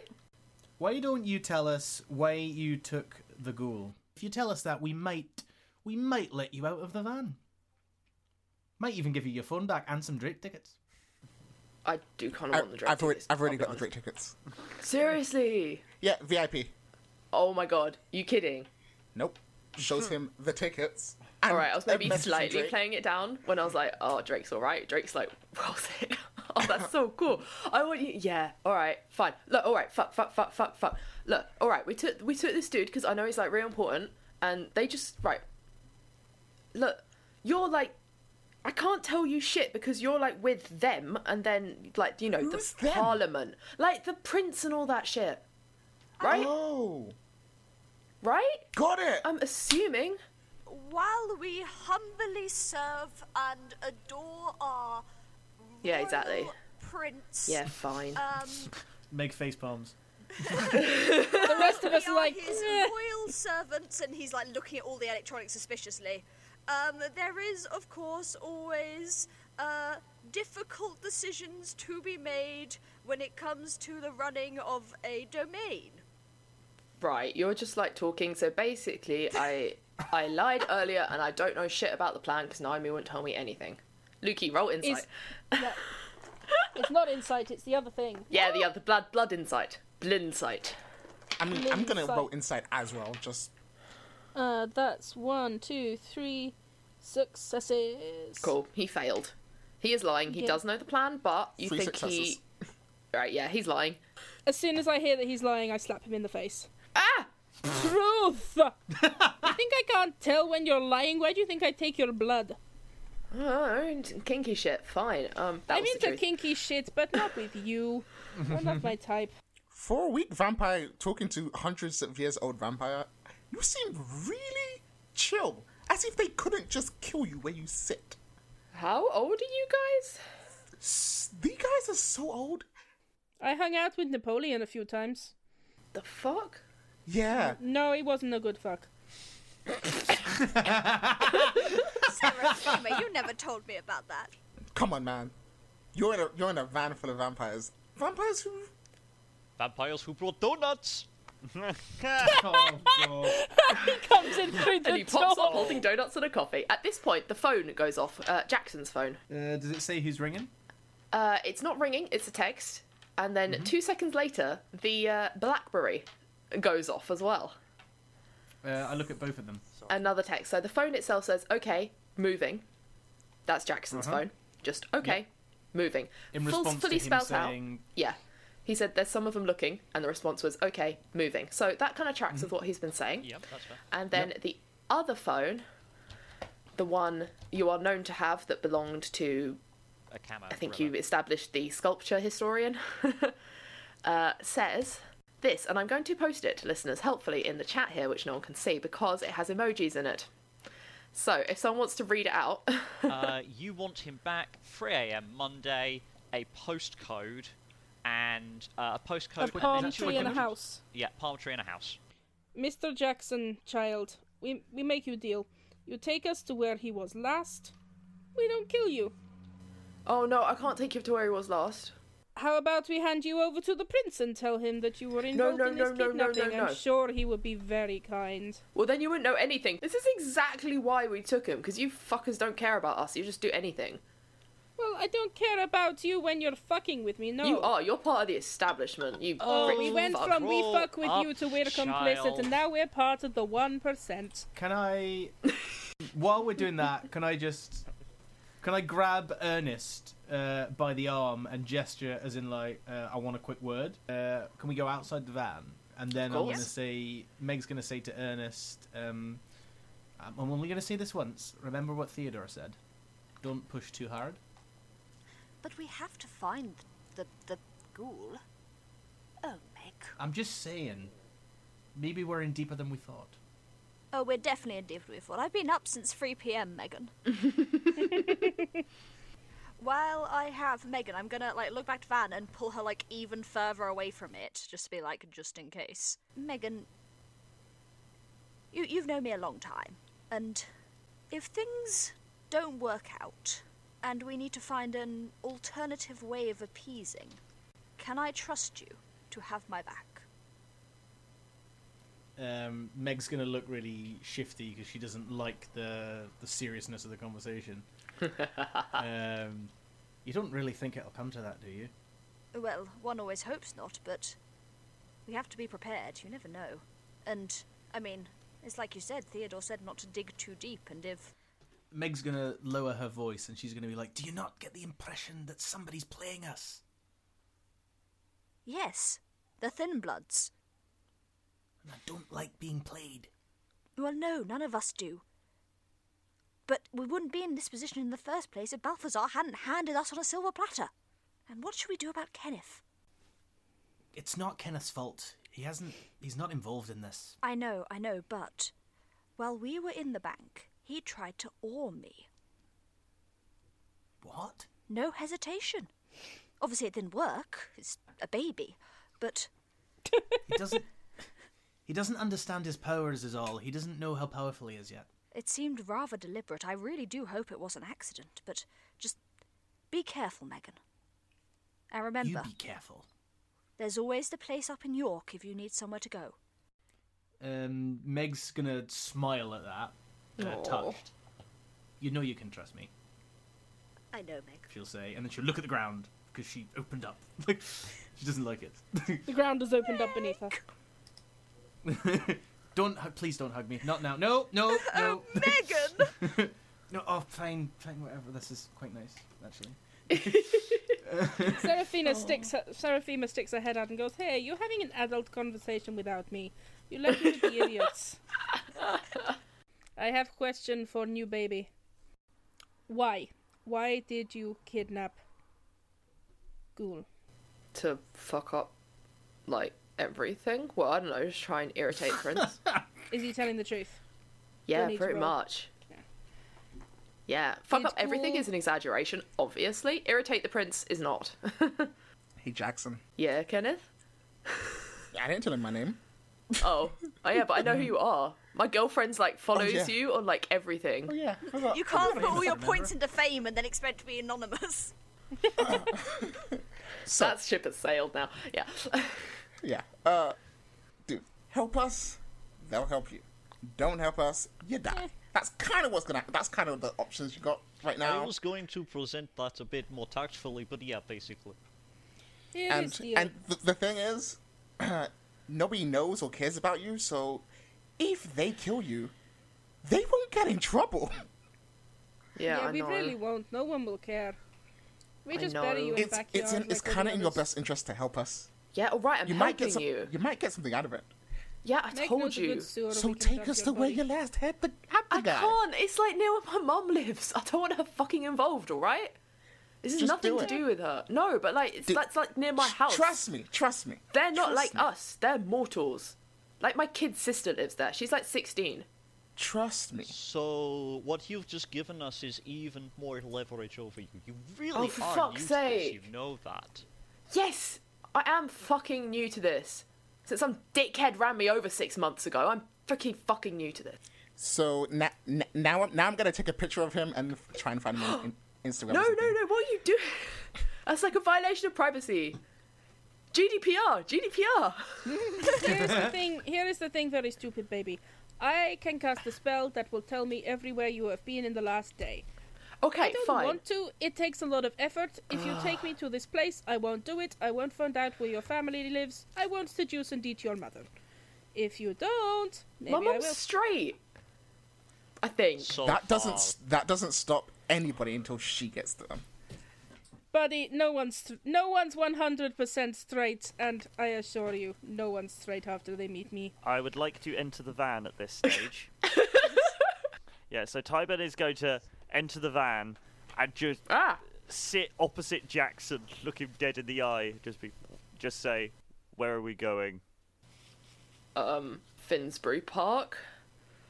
Speaker 2: Why don't you tell us why you took the ghoul? If you tell us that, we might we might let you out of the van. Might even give you your phone back and some Drake tickets.
Speaker 4: I do kind of
Speaker 3: I,
Speaker 4: want the Drake.
Speaker 3: have already,
Speaker 4: tickets,
Speaker 3: I've already
Speaker 4: I'll be
Speaker 3: got the Drake tickets.
Speaker 4: honest. Seriously?
Speaker 3: Yeah, VIP.
Speaker 4: Oh my god, you kidding?
Speaker 3: Nope. Shows
Speaker 4: Hmm.
Speaker 3: him the tickets.
Speaker 4: All right, I was maybe
Speaker 3: a message from
Speaker 4: slightly
Speaker 3: Drake.
Speaker 4: playing it down when I was like, "Oh, Drake's all right." Drake's like, "Well sick." oh, that's so cool. I want you. Yeah. All right. Fine. Look. All right. Fuck. Fuck. Fuck. Fuck. Fuck. Look. All right. We took we took this dude because I know he's like real important, and they just right. Look, you're like, I can't tell you shit because you're like with them, and then like you know
Speaker 3: Who's
Speaker 4: the
Speaker 3: them?
Speaker 4: parliament, like the prince and all that shit. Right.
Speaker 3: Oh,
Speaker 4: Right.
Speaker 3: got it.
Speaker 4: I'm assuming.
Speaker 5: While we humbly serve and adore our
Speaker 4: Yeah.
Speaker 5: royal
Speaker 4: Exactly.
Speaker 5: prince,
Speaker 4: Yeah. Fine.
Speaker 5: um,
Speaker 2: Make face palms.
Speaker 1: The rest of us
Speaker 5: we
Speaker 1: are
Speaker 5: are
Speaker 1: like.
Speaker 5: his
Speaker 1: "Eh."
Speaker 5: royal servants, and he's like looking at all the electronics suspiciously. Um, there is, of course, always uh, difficult decisions to be made when it comes to the running of a domain.
Speaker 4: Right, you're just like talking. So basically, I I lied earlier, and I don't know shit about the plan because Naomi wouldn't tell me anything. Lukey, roll insight.
Speaker 1: Is- No. it's not insight, it's the other thing.
Speaker 4: Yeah, the other blood blood insight, blinsight.
Speaker 3: I'm, I'm gonna
Speaker 1: Inside.
Speaker 3: roll inside as well. Just
Speaker 1: Uh, that's one, two, three successes.
Speaker 4: Cool. He failed. He is lying. He
Speaker 1: Yeah.
Speaker 4: does know the plan, but you
Speaker 3: Three
Speaker 4: think
Speaker 3: successes.
Speaker 4: he? Right, yeah, he's lying.
Speaker 1: As soon as I hear that he's lying, I slap him in the face.
Speaker 4: Ah,
Speaker 1: Truth! you think I can't tell when you're lying? Why do you think I take your blood?
Speaker 4: oh, kinky shit. Fine. Um, that
Speaker 1: I'm
Speaker 4: was the
Speaker 1: into
Speaker 4: truth.
Speaker 1: kinky shit, but not with you. You're not my type.
Speaker 3: for a week, vampire talking to hundreds of years old vampire. You seem really chill, as if they couldn't just kill you where you sit.
Speaker 4: How old are you guys?
Speaker 3: S- These guys are so old.
Speaker 1: I hung out with Napoleon a few times.
Speaker 4: The fuck?
Speaker 3: Yeah,
Speaker 1: No, he wasn't a good fuck.
Speaker 5: Sarah Freeman, you never told me about that.
Speaker 3: come on, man. You're in a you're in a van full of vampires. Vampires who
Speaker 6: Vampires who brought donuts.
Speaker 2: Oh, God.
Speaker 1: He comes in through the
Speaker 4: And he pops
Speaker 1: door.
Speaker 4: up holding donuts and a coffee. At this point, the phone goes off. Uh, Jackson's phone.
Speaker 2: Uh, does it say who's ringing?
Speaker 4: Uh, it's not ringing, it's a text. And then
Speaker 2: Mm-hmm.
Speaker 4: two seconds later, the uh, Blackberry goes off as well.
Speaker 2: Uh, I look at both of them.
Speaker 4: Another text. So the phone itself says, okay, moving. That's Jackson's
Speaker 2: Uh-huh.
Speaker 4: phone. Just, okay, moving.
Speaker 2: In
Speaker 4: Full-
Speaker 2: response
Speaker 4: fully
Speaker 2: to him
Speaker 4: spelled out.
Speaker 2: saying,
Speaker 4: Yeah. He said, there's some of them looking. And the response was, okay, moving. So that kind of tracks
Speaker 2: Mm-hmm.
Speaker 4: with what he's been saying.
Speaker 6: Yep, that's fair.
Speaker 4: And then the other phone, the one you are known to have that belonged to
Speaker 6: A camo.
Speaker 4: I think you established the sculpture historian, uh, says this, and I'm going to post it to listeners helpfully in the chat here, which no one can see because it has emojis in it. So if someone wants to read it out,
Speaker 6: uh, you want him back 3 a.m. Monday, a postcode, and uh, a postcode.
Speaker 1: A
Speaker 6: with
Speaker 1: palm
Speaker 6: actual
Speaker 1: tree and a
Speaker 6: location.
Speaker 1: house.
Speaker 6: Yeah, palm tree and a house.
Speaker 1: Mr. Jackson, child, we, we make you a deal. You take us to where he was last. We don't kill you.
Speaker 4: Oh no, I can't take him to where he was last.
Speaker 1: How about we hand you over to the prince and tell him that you were involved
Speaker 4: no,
Speaker 1: in
Speaker 4: no,
Speaker 1: his
Speaker 4: no, no, no,
Speaker 1: kidnapping?
Speaker 4: no.
Speaker 1: I'm sure he would be very kind.
Speaker 4: Well, then you wouldn't know anything. This is exactly why we took him, because you fuckers don't care about us. You just do anything.
Speaker 1: Well, I don't care about you when you're fucking with me, no.
Speaker 4: You are. You're part of the establishment. You.
Speaker 1: Oh,
Speaker 4: rich
Speaker 1: we went
Speaker 4: fuck.
Speaker 1: from we
Speaker 6: Roll
Speaker 1: fuck with
Speaker 6: up,
Speaker 1: you to we're complicit,
Speaker 6: child.
Speaker 1: and now we're part of the 1%.
Speaker 2: Can I, while we're doing that, can I just, can I grab Ernest uh, by the arm and gesture as in like, uh, I want a quick word. Uh, can we go outside the van? And then I'm
Speaker 4: course.
Speaker 2: gonna say, Meg's gonna say to Ernest, um, I'm I'm only gonna say this once. Remember what Theodore said. Don't push too hard.
Speaker 5: But we have to find the the ghoul. Oh, Meg.
Speaker 2: I'm just saying, maybe we're in deeper than we thought.
Speaker 5: Oh, we're definitely in deep with what I've been up since 3 p.m., Megan. While I have Megan, I'm gonna like look back to Van and pull her like even further away from it, just to be like, just in case. Megan, you you've known me a long time, and if things don't work out, and we need to find an alternative way of appeasing, can I trust you to have my back?
Speaker 2: um, Meg's gonna look really shifty because she doesn't like the the seriousness of the conversation. um, you don't really think it'll come to that, do you?
Speaker 5: Well, one always hopes not, but we have to be prepared. You never know. And, I mean, it's like you said, Theodore said not to dig too deep, and if.
Speaker 2: Meg's gonna lower her voice and she's gonna be like, "Do you not get the impression that somebody's playing us?"
Speaker 5: Yes, the Thin Bloods.
Speaker 2: And I don't like being played.
Speaker 5: Well, no, none of us do. But we wouldn't be in this position in the first place if Balthazar hadn't handed us on a silver platter. And what should we do about Kenneth?
Speaker 2: It's not Kenneth's fault. He hasn't. He's not involved in this.
Speaker 5: I know, I know, but. While we were in the bank, he tried to awe me.
Speaker 2: What?
Speaker 5: No hesitation. Obviously, it didn't work. It's a baby. But
Speaker 2: He doesn't. he doesn't understand his powers is all. He doesn't know how powerful he is yet.
Speaker 5: It seemed rather deliberate. I really do hope it was an accident, but just be careful, Megan. And remember,
Speaker 2: You be careful.
Speaker 5: there's always the place up in York if you need somewhere to go.
Speaker 2: Um, Meg's gonna smile at that, uh,
Speaker 4: Aw.
Speaker 2: touched. You know you can trust me,
Speaker 5: I know, Meg.
Speaker 2: she'll say, and then she'll look at the ground because she opened up. Like she doesn't like it.
Speaker 1: The ground has opened up beneath her.
Speaker 2: don't hug, please don't hug me. Not now. No, no,
Speaker 4: Oh,
Speaker 2: no,
Speaker 5: Megan!
Speaker 2: no. Oh, fine, fine, whatever. This is quite nice, actually.
Speaker 1: Seraphina sticks her, Seraphima sticks her head out and goes, Hey, you're having an adult conversation without me. You left me with the idiots. I have question for new baby. Why? Why did you kidnap Ghoul?
Speaker 4: to fuck up, like everything. Well, I don't know. Just try and irritate Prince.
Speaker 1: Is he telling the truth?
Speaker 4: yeah,
Speaker 1: need to
Speaker 4: pretty
Speaker 1: roll.
Speaker 4: much. Yeah, fuck
Speaker 1: Did
Speaker 4: up everything
Speaker 1: all-
Speaker 4: is an exaggeration, obviously. Irritate the prince is not.
Speaker 3: Hey, Jackson.
Speaker 4: yeah, Kenneth.
Speaker 3: I didn't tell him my name.
Speaker 4: Oh, oh yeah, but I know who you are. My girlfriend's like follows
Speaker 3: yeah.
Speaker 4: you on like everything.
Speaker 3: Oh yeah, I forgot.
Speaker 5: You can't put all your points into fame and then expect to be anonymous.
Speaker 3: So,
Speaker 4: That ship has sailed now. Yeah.
Speaker 3: yeah. Uh, dude, help us. They'll help you. Don't help us. You
Speaker 1: Eh.
Speaker 3: die. That's kind of what's gonna. That's kind of the options you got right
Speaker 8: I
Speaker 3: now.
Speaker 8: was going to present that a bit more tactfully, but yeah, basically.
Speaker 1: Here is
Speaker 3: and
Speaker 1: the
Speaker 3: and the, the thing is, nobody knows or cares about you. So, if they kill you, they won't get in trouble.
Speaker 4: Yeah,
Speaker 1: Yeah,
Speaker 4: I
Speaker 1: we
Speaker 4: know.
Speaker 1: really won't. No one will care. We
Speaker 4: I
Speaker 1: just
Speaker 4: know.
Speaker 1: bury you in
Speaker 3: It's
Speaker 1: backyard.
Speaker 3: it's in,
Speaker 1: like all
Speaker 3: it's
Speaker 1: the
Speaker 3: kind of in your
Speaker 1: others.
Speaker 3: best interest to help us.
Speaker 4: Yeah, all right, I'm
Speaker 3: You might
Speaker 4: helping
Speaker 3: get some,
Speaker 4: you.
Speaker 3: you. might get something out of it.
Speaker 4: Yeah, I
Speaker 1: Meg
Speaker 4: told
Speaker 1: knows a
Speaker 4: you.
Speaker 1: good sewer
Speaker 3: So
Speaker 1: we can
Speaker 3: take
Speaker 1: dump
Speaker 3: us
Speaker 1: your
Speaker 3: to where
Speaker 1: body.
Speaker 3: you last had the had the
Speaker 4: I
Speaker 3: guy.
Speaker 4: can't. It's like near where my mum lives. I don't want her fucking involved. All right. This is
Speaker 3: Just
Speaker 4: nothing
Speaker 3: do
Speaker 4: to
Speaker 3: it.
Speaker 4: do with her. No, but like it's,
Speaker 3: Do-
Speaker 4: that's like near my house.
Speaker 3: Trust me, trust me.
Speaker 4: They're not
Speaker 3: Trust
Speaker 4: like oh.
Speaker 3: me.
Speaker 4: us. They're mortals. Like my kid's sister lives there. She's like 16.
Speaker 3: Trust me.
Speaker 8: So what you've just given us is even more leverage over you. You really
Speaker 4: Oh, for
Speaker 8: are
Speaker 4: fuck's
Speaker 8: new to this,
Speaker 4: sake.
Speaker 8: You know that.
Speaker 4: Yes, I am fucking new to this. Since some dickhead ran me over six months ago, I'm freaking fucking new to this.
Speaker 3: So na- na- now, I'm- now I'm gonna take a picture of him and f- try and find him on in- Instagram. or
Speaker 4: No, no,
Speaker 3: something.
Speaker 4: no, what are you doing? That's like a violation of privacy. GDPR, GDPR.
Speaker 1: Here's the thing. Here is the thing, very stupid baby. I can cast a spell that will tell me everywhere you have been in the last day.
Speaker 4: Okay,
Speaker 1: I don't
Speaker 4: fine.
Speaker 1: want to. It takes a lot of effort. If you take me to this place, I won't do it. I won't find out where your family lives. I won't seduce and eat your mother. If you don't, maybe
Speaker 4: My
Speaker 1: I
Speaker 4: mum's
Speaker 1: will.
Speaker 4: straight. I think.
Speaker 9: So
Speaker 3: That doesn't
Speaker 9: far.
Speaker 3: s- that doesn't stop anybody until she gets to them.
Speaker 1: Buddy, no one's th- no one's one hundred percent straight, and I assure you, no one's straight after they meet me.
Speaker 7: I would like to enter the van at this stage. yeah, so Tyburn is going to enter the van and just
Speaker 4: Ah,
Speaker 7: sit opposite Jackson, look him dead in the eye, just be, just say, "Where are we going?"
Speaker 4: um, Finsbury Park.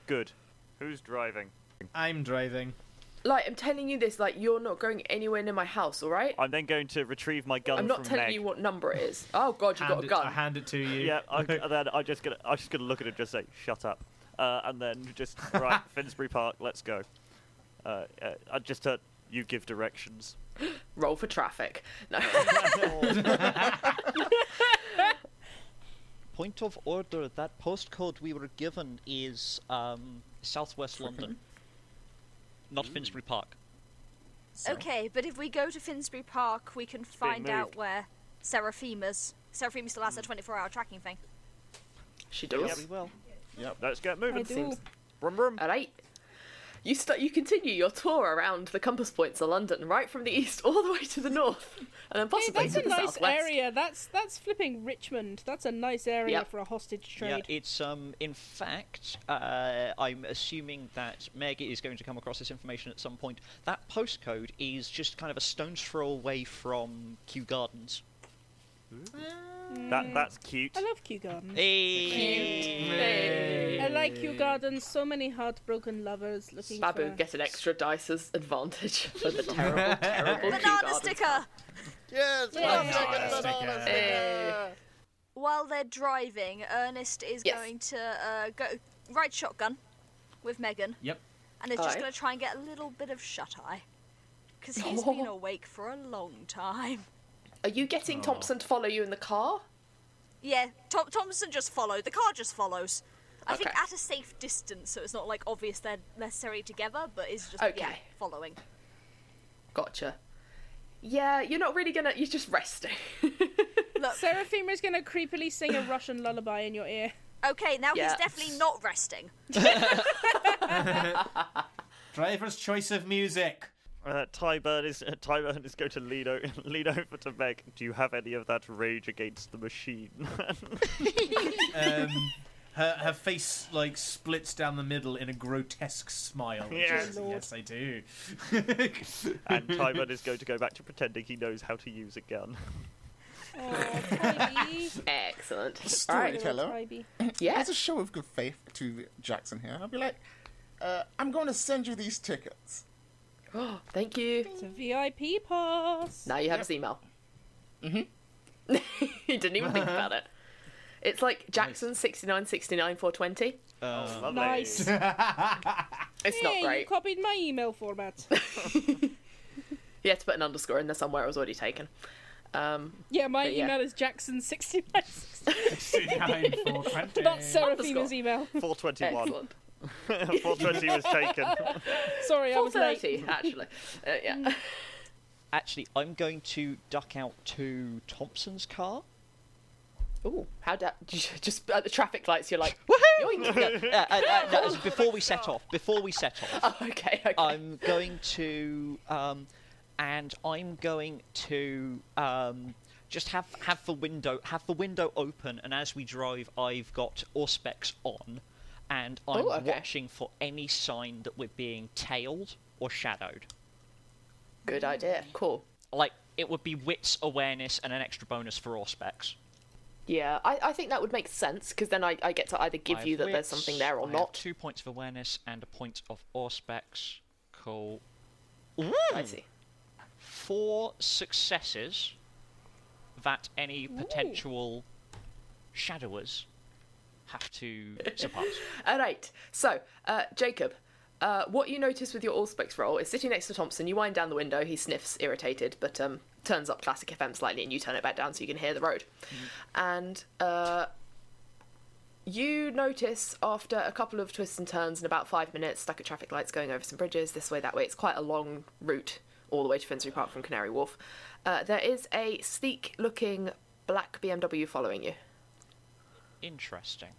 Speaker 7: Good. Who's driving?
Speaker 2: I'm driving.
Speaker 4: Like, I'm telling you this, like, you're not going anywhere near my house, all right?
Speaker 7: I'm then going to retrieve my gun
Speaker 4: I'm not
Speaker 7: from
Speaker 4: telling
Speaker 7: Meg.
Speaker 4: you what number it is. Oh, God, you
Speaker 2: Hand
Speaker 4: got a
Speaker 2: it-
Speaker 4: gun.
Speaker 2: I hand it to you.
Speaker 7: Yeah, I, and then I'm just gonna I'm just gonna look at him, just say, "Shut up," uh, and then just right, Finsbury Park, let's go. Uh, uh, I just uh, you give directions.
Speaker 4: Roll for traffic. No.
Speaker 6: Point of order, that postcode we were given is um, southwest London, not Finsbury Park.
Speaker 3: So-
Speaker 5: Okay, but if we go to Finsbury Park, we can find out
Speaker 7: moved.
Speaker 5: where Seraphima's. Seraphima still has her 24 hour tracking thing.
Speaker 4: she does.
Speaker 7: Yeah,
Speaker 6: We will.
Speaker 7: Let's get
Speaker 1: I
Speaker 7: moving.
Speaker 1: do.
Speaker 7: Vroom, vroom.
Speaker 4: All right. You start. You continue your tour around the compass points of London, right from the east all the way to the north, and then
Speaker 1: Hey,
Speaker 4: possibly
Speaker 1: that's
Speaker 4: to
Speaker 1: a
Speaker 4: the
Speaker 1: nice
Speaker 4: southwest.
Speaker 1: area. That's that's flipping Richmond. That's a nice area
Speaker 4: Yep.
Speaker 1: for a hostage
Speaker 6: Yeah,
Speaker 1: trade.
Speaker 6: it's um. In fact, uh, I'm assuming that Meg is going to come across this information at some point. That postcode is just kind of a stone's throw away from Kew Gardens.
Speaker 4: Um,
Speaker 7: That that's cute.
Speaker 1: I love Kew Garden.
Speaker 4: Hey.
Speaker 1: I like Kew Garden. So many heartbroken lovers looking for.
Speaker 4: Babu get an extra dice's advantage for the terrible, terrible Kew
Speaker 5: Banana
Speaker 4: Gardens.
Speaker 5: sticker!
Speaker 6: Yes.
Speaker 4: Hey.
Speaker 5: While they're driving, Ernest is
Speaker 4: Yes.
Speaker 5: going to uh, go ride shotgun with Megan
Speaker 2: Yep.
Speaker 5: and is just
Speaker 4: Aye.
Speaker 5: going to try and get a little bit of shut eye. Because he's been awake for a long time.
Speaker 4: Are you getting Thompson to follow you in the car?
Speaker 5: Yeah, Tom- Thompson just followed. The car just follows. I think
Speaker 4: Okay.
Speaker 5: at a safe distance, so it's not like obvious they're necessarily together, but it's just yeah,
Speaker 4: Okay.
Speaker 5: following.
Speaker 4: Gotcha. Yeah, you're not really gonna. You're just resting.
Speaker 1: Seraphima is going to creepily sing a Russian lullaby in your ear.
Speaker 5: Okay, now
Speaker 4: Yeah.
Speaker 5: he's definitely not resting.
Speaker 2: Driver's choice of music.
Speaker 7: Uh, Tyburn is uh, Tyburn is going to lean, o- lean over to Meg. Do you have any of that rage against the machine?
Speaker 2: Um, her her face like splits down the middle in a grotesque smile. which
Speaker 7: Yes.
Speaker 2: is-
Speaker 1: Lord.
Speaker 2: yes, I do.
Speaker 7: and Tyburn is going to go back to pretending he knows how to use a gun.
Speaker 1: Oh, Tybee.
Speaker 4: Excellent. All right.
Speaker 3: Storyteller.
Speaker 1: Tybee.
Speaker 4: Yeah.
Speaker 3: As a show of good faith to Jackson here, I'll be like, uh, I'm going to send you these tickets.
Speaker 4: Oh, thank you.
Speaker 1: It's a VIP pass.
Speaker 4: Now you have his email. Mm-hmm. you didn't even think about it. It's like Jackson sixty nine sixty nine four twenty.
Speaker 7: Lovely.
Speaker 1: Nice.
Speaker 4: It's
Speaker 1: Hey,
Speaker 4: not
Speaker 1: you
Speaker 4: great.
Speaker 1: copied my email format.
Speaker 4: You had to put an underscore in there somewhere. It was already taken. Um,
Speaker 1: Yeah, my
Speaker 4: But yeah.
Speaker 1: email is jackson 6960
Speaker 2: Nine, four, twenty.
Speaker 1: That's Seraphima's
Speaker 4: Underscore.
Speaker 1: email.
Speaker 7: 421.
Speaker 4: excellent.
Speaker 7: 420 was taken.
Speaker 1: Sorry, I
Speaker 4: Four
Speaker 1: was late.
Speaker 4: thirty, actually. Uh, yeah.
Speaker 6: Actually, I'm going to duck out to Thompson's car.
Speaker 4: Ooh, how da- just at the traffic lights, you're like,
Speaker 6: No,
Speaker 4: woohoo!
Speaker 6: uh, uh, uh, no, it's before we set off. Before we set off.
Speaker 4: oh, okay, okay.
Speaker 6: I'm going to, um, and I'm going to um, just have have the window have the window open, and as we drive, I've got Auspex on, and I'm
Speaker 4: Oh, okay.
Speaker 6: watching for any sign that we're being tailed or shadowed.
Speaker 4: Good idea. Cool.
Speaker 6: Like it would be wits awareness and an extra bonus for Auspex.
Speaker 4: Yeah, I, I think that would make sense because then I, I get to either give
Speaker 6: I
Speaker 4: you
Speaker 6: have
Speaker 4: that there's
Speaker 6: wits,
Speaker 4: something there or
Speaker 6: I have
Speaker 4: not.
Speaker 6: two points of awareness and a point of Auspex. Cool.
Speaker 4: I see.
Speaker 6: four successes that any potential shadowers have to surpass.
Speaker 4: All right. So, uh, Jacob, uh, what you notice with your all specs roll is sitting next to Thompson. You wind down the window. He sniffs, irritated, but um, turns up classic FM slightly, and you turn it back down so you can hear the road. And uh, you notice after a couple of twists and turns in about five minutes, stuck at traffic lights, going over some bridges this way, that way. It's quite a long route all the way to Finsbury Park from Canary Wharf. Uh, there is a sleek-looking black BMW following you
Speaker 6: Interesting.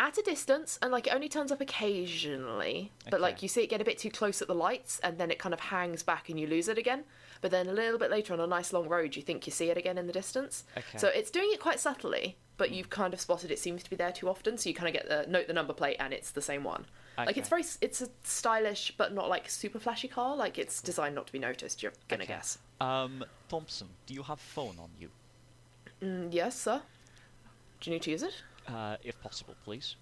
Speaker 4: at a distance and like it only turns up occasionally but like
Speaker 6: Okay.
Speaker 4: you see it get a bit too close at the lights and then it kind of hangs back and you lose it again but then a little bit later on a nice long road you think you see it again in the distance
Speaker 6: Okay.
Speaker 4: so it's doing it quite subtly but you've kind of spotted it seems to be there too often so you kind of get the note the number plate and it's the same one like
Speaker 6: Okay.
Speaker 4: it's very s- it's a stylish but not like super flashy car like it's designed not to be noticed you're gonna
Speaker 6: Okay.
Speaker 4: guess
Speaker 6: Um, Thompson, do you have phone on you?
Speaker 4: Mm, yes sir do you need to use it
Speaker 6: Uh, if possible, please.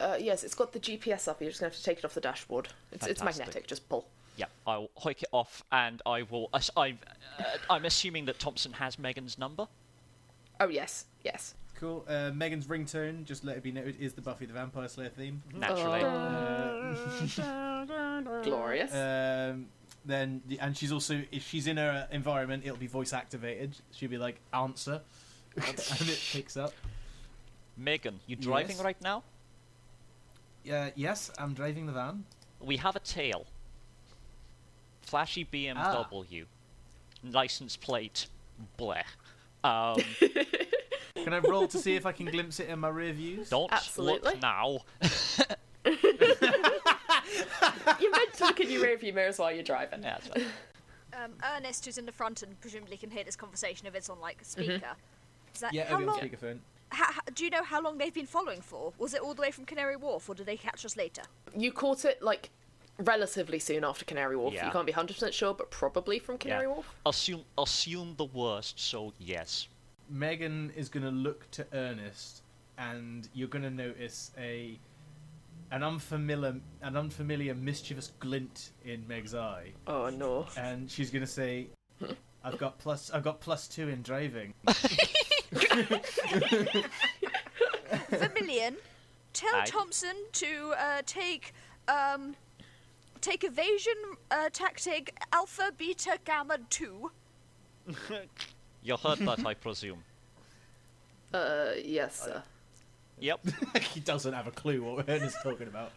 Speaker 4: uh, yes it's got the gps up you're just gonna have to take it off the dashboard it's, it's
Speaker 6: Fantastic.
Speaker 4: magnetic just pull
Speaker 6: Yeah, I'll hike it off, and I will. as- I'm, uh, I'm assuming that Thompson has Megan's number.
Speaker 4: Oh yes, yes.
Speaker 2: Cool. Uh, Megan's ringtone, just let it be noted, is the Buffy the Vampire Slayer theme.
Speaker 6: Naturally.
Speaker 4: Oh. Glorious.
Speaker 2: Um, then, the- and she's also if she's in her environment, it'll be voice activated. She'll be like answer, and it picks up.
Speaker 6: Megan, you driving
Speaker 2: Yes.
Speaker 6: right now?
Speaker 2: Uh, yes, I'm driving the van.
Speaker 6: We have a tail. Flashy BMW. License plate. Bleh. Um,
Speaker 2: Can I roll to see if I can glimpse it in my rear views?
Speaker 6: don't
Speaker 4: Absolutely.
Speaker 6: look now.
Speaker 4: you meant to look in your rearview mirrors while you're driving.
Speaker 6: Yeah, that's right.
Speaker 5: Um, Ernest, who's in the front and presumably can hear this conversation if it's on
Speaker 4: Mm-hmm.
Speaker 5: like speaker. Is that,
Speaker 2: Yeah,
Speaker 5: Uh, how
Speaker 2: it'll be on
Speaker 5: long?
Speaker 2: speakerphone.
Speaker 5: Ha, ha- do you know how long they've been following for? Was it all the way from Canary Wharf, or did they catch us later?
Speaker 4: You caught it like relatively soon after Canary Wharf.
Speaker 6: Yeah.
Speaker 4: You can't be hundred percent sure, but probably from Canary
Speaker 6: Yeah.
Speaker 4: Wharf.
Speaker 6: Assume, assume the worst. So yes.
Speaker 2: Megan is going to look to Ernest, and you're going to notice a an unfamiliar an unfamiliar mischievous glint in Meg's eye,
Speaker 4: Oh no.
Speaker 2: and she's going to say, "I've got plus I've got plus two in driving."
Speaker 5: Vermilion, tell
Speaker 6: Aye.
Speaker 5: Thompson to uh, take um, take evasion uh, tactic Alpha Beta Gamma Two.
Speaker 6: You heard that, I presume.
Speaker 4: Uh, yes, sir.
Speaker 6: Yep.
Speaker 2: he doesn't have a clue what Ernest's talking about.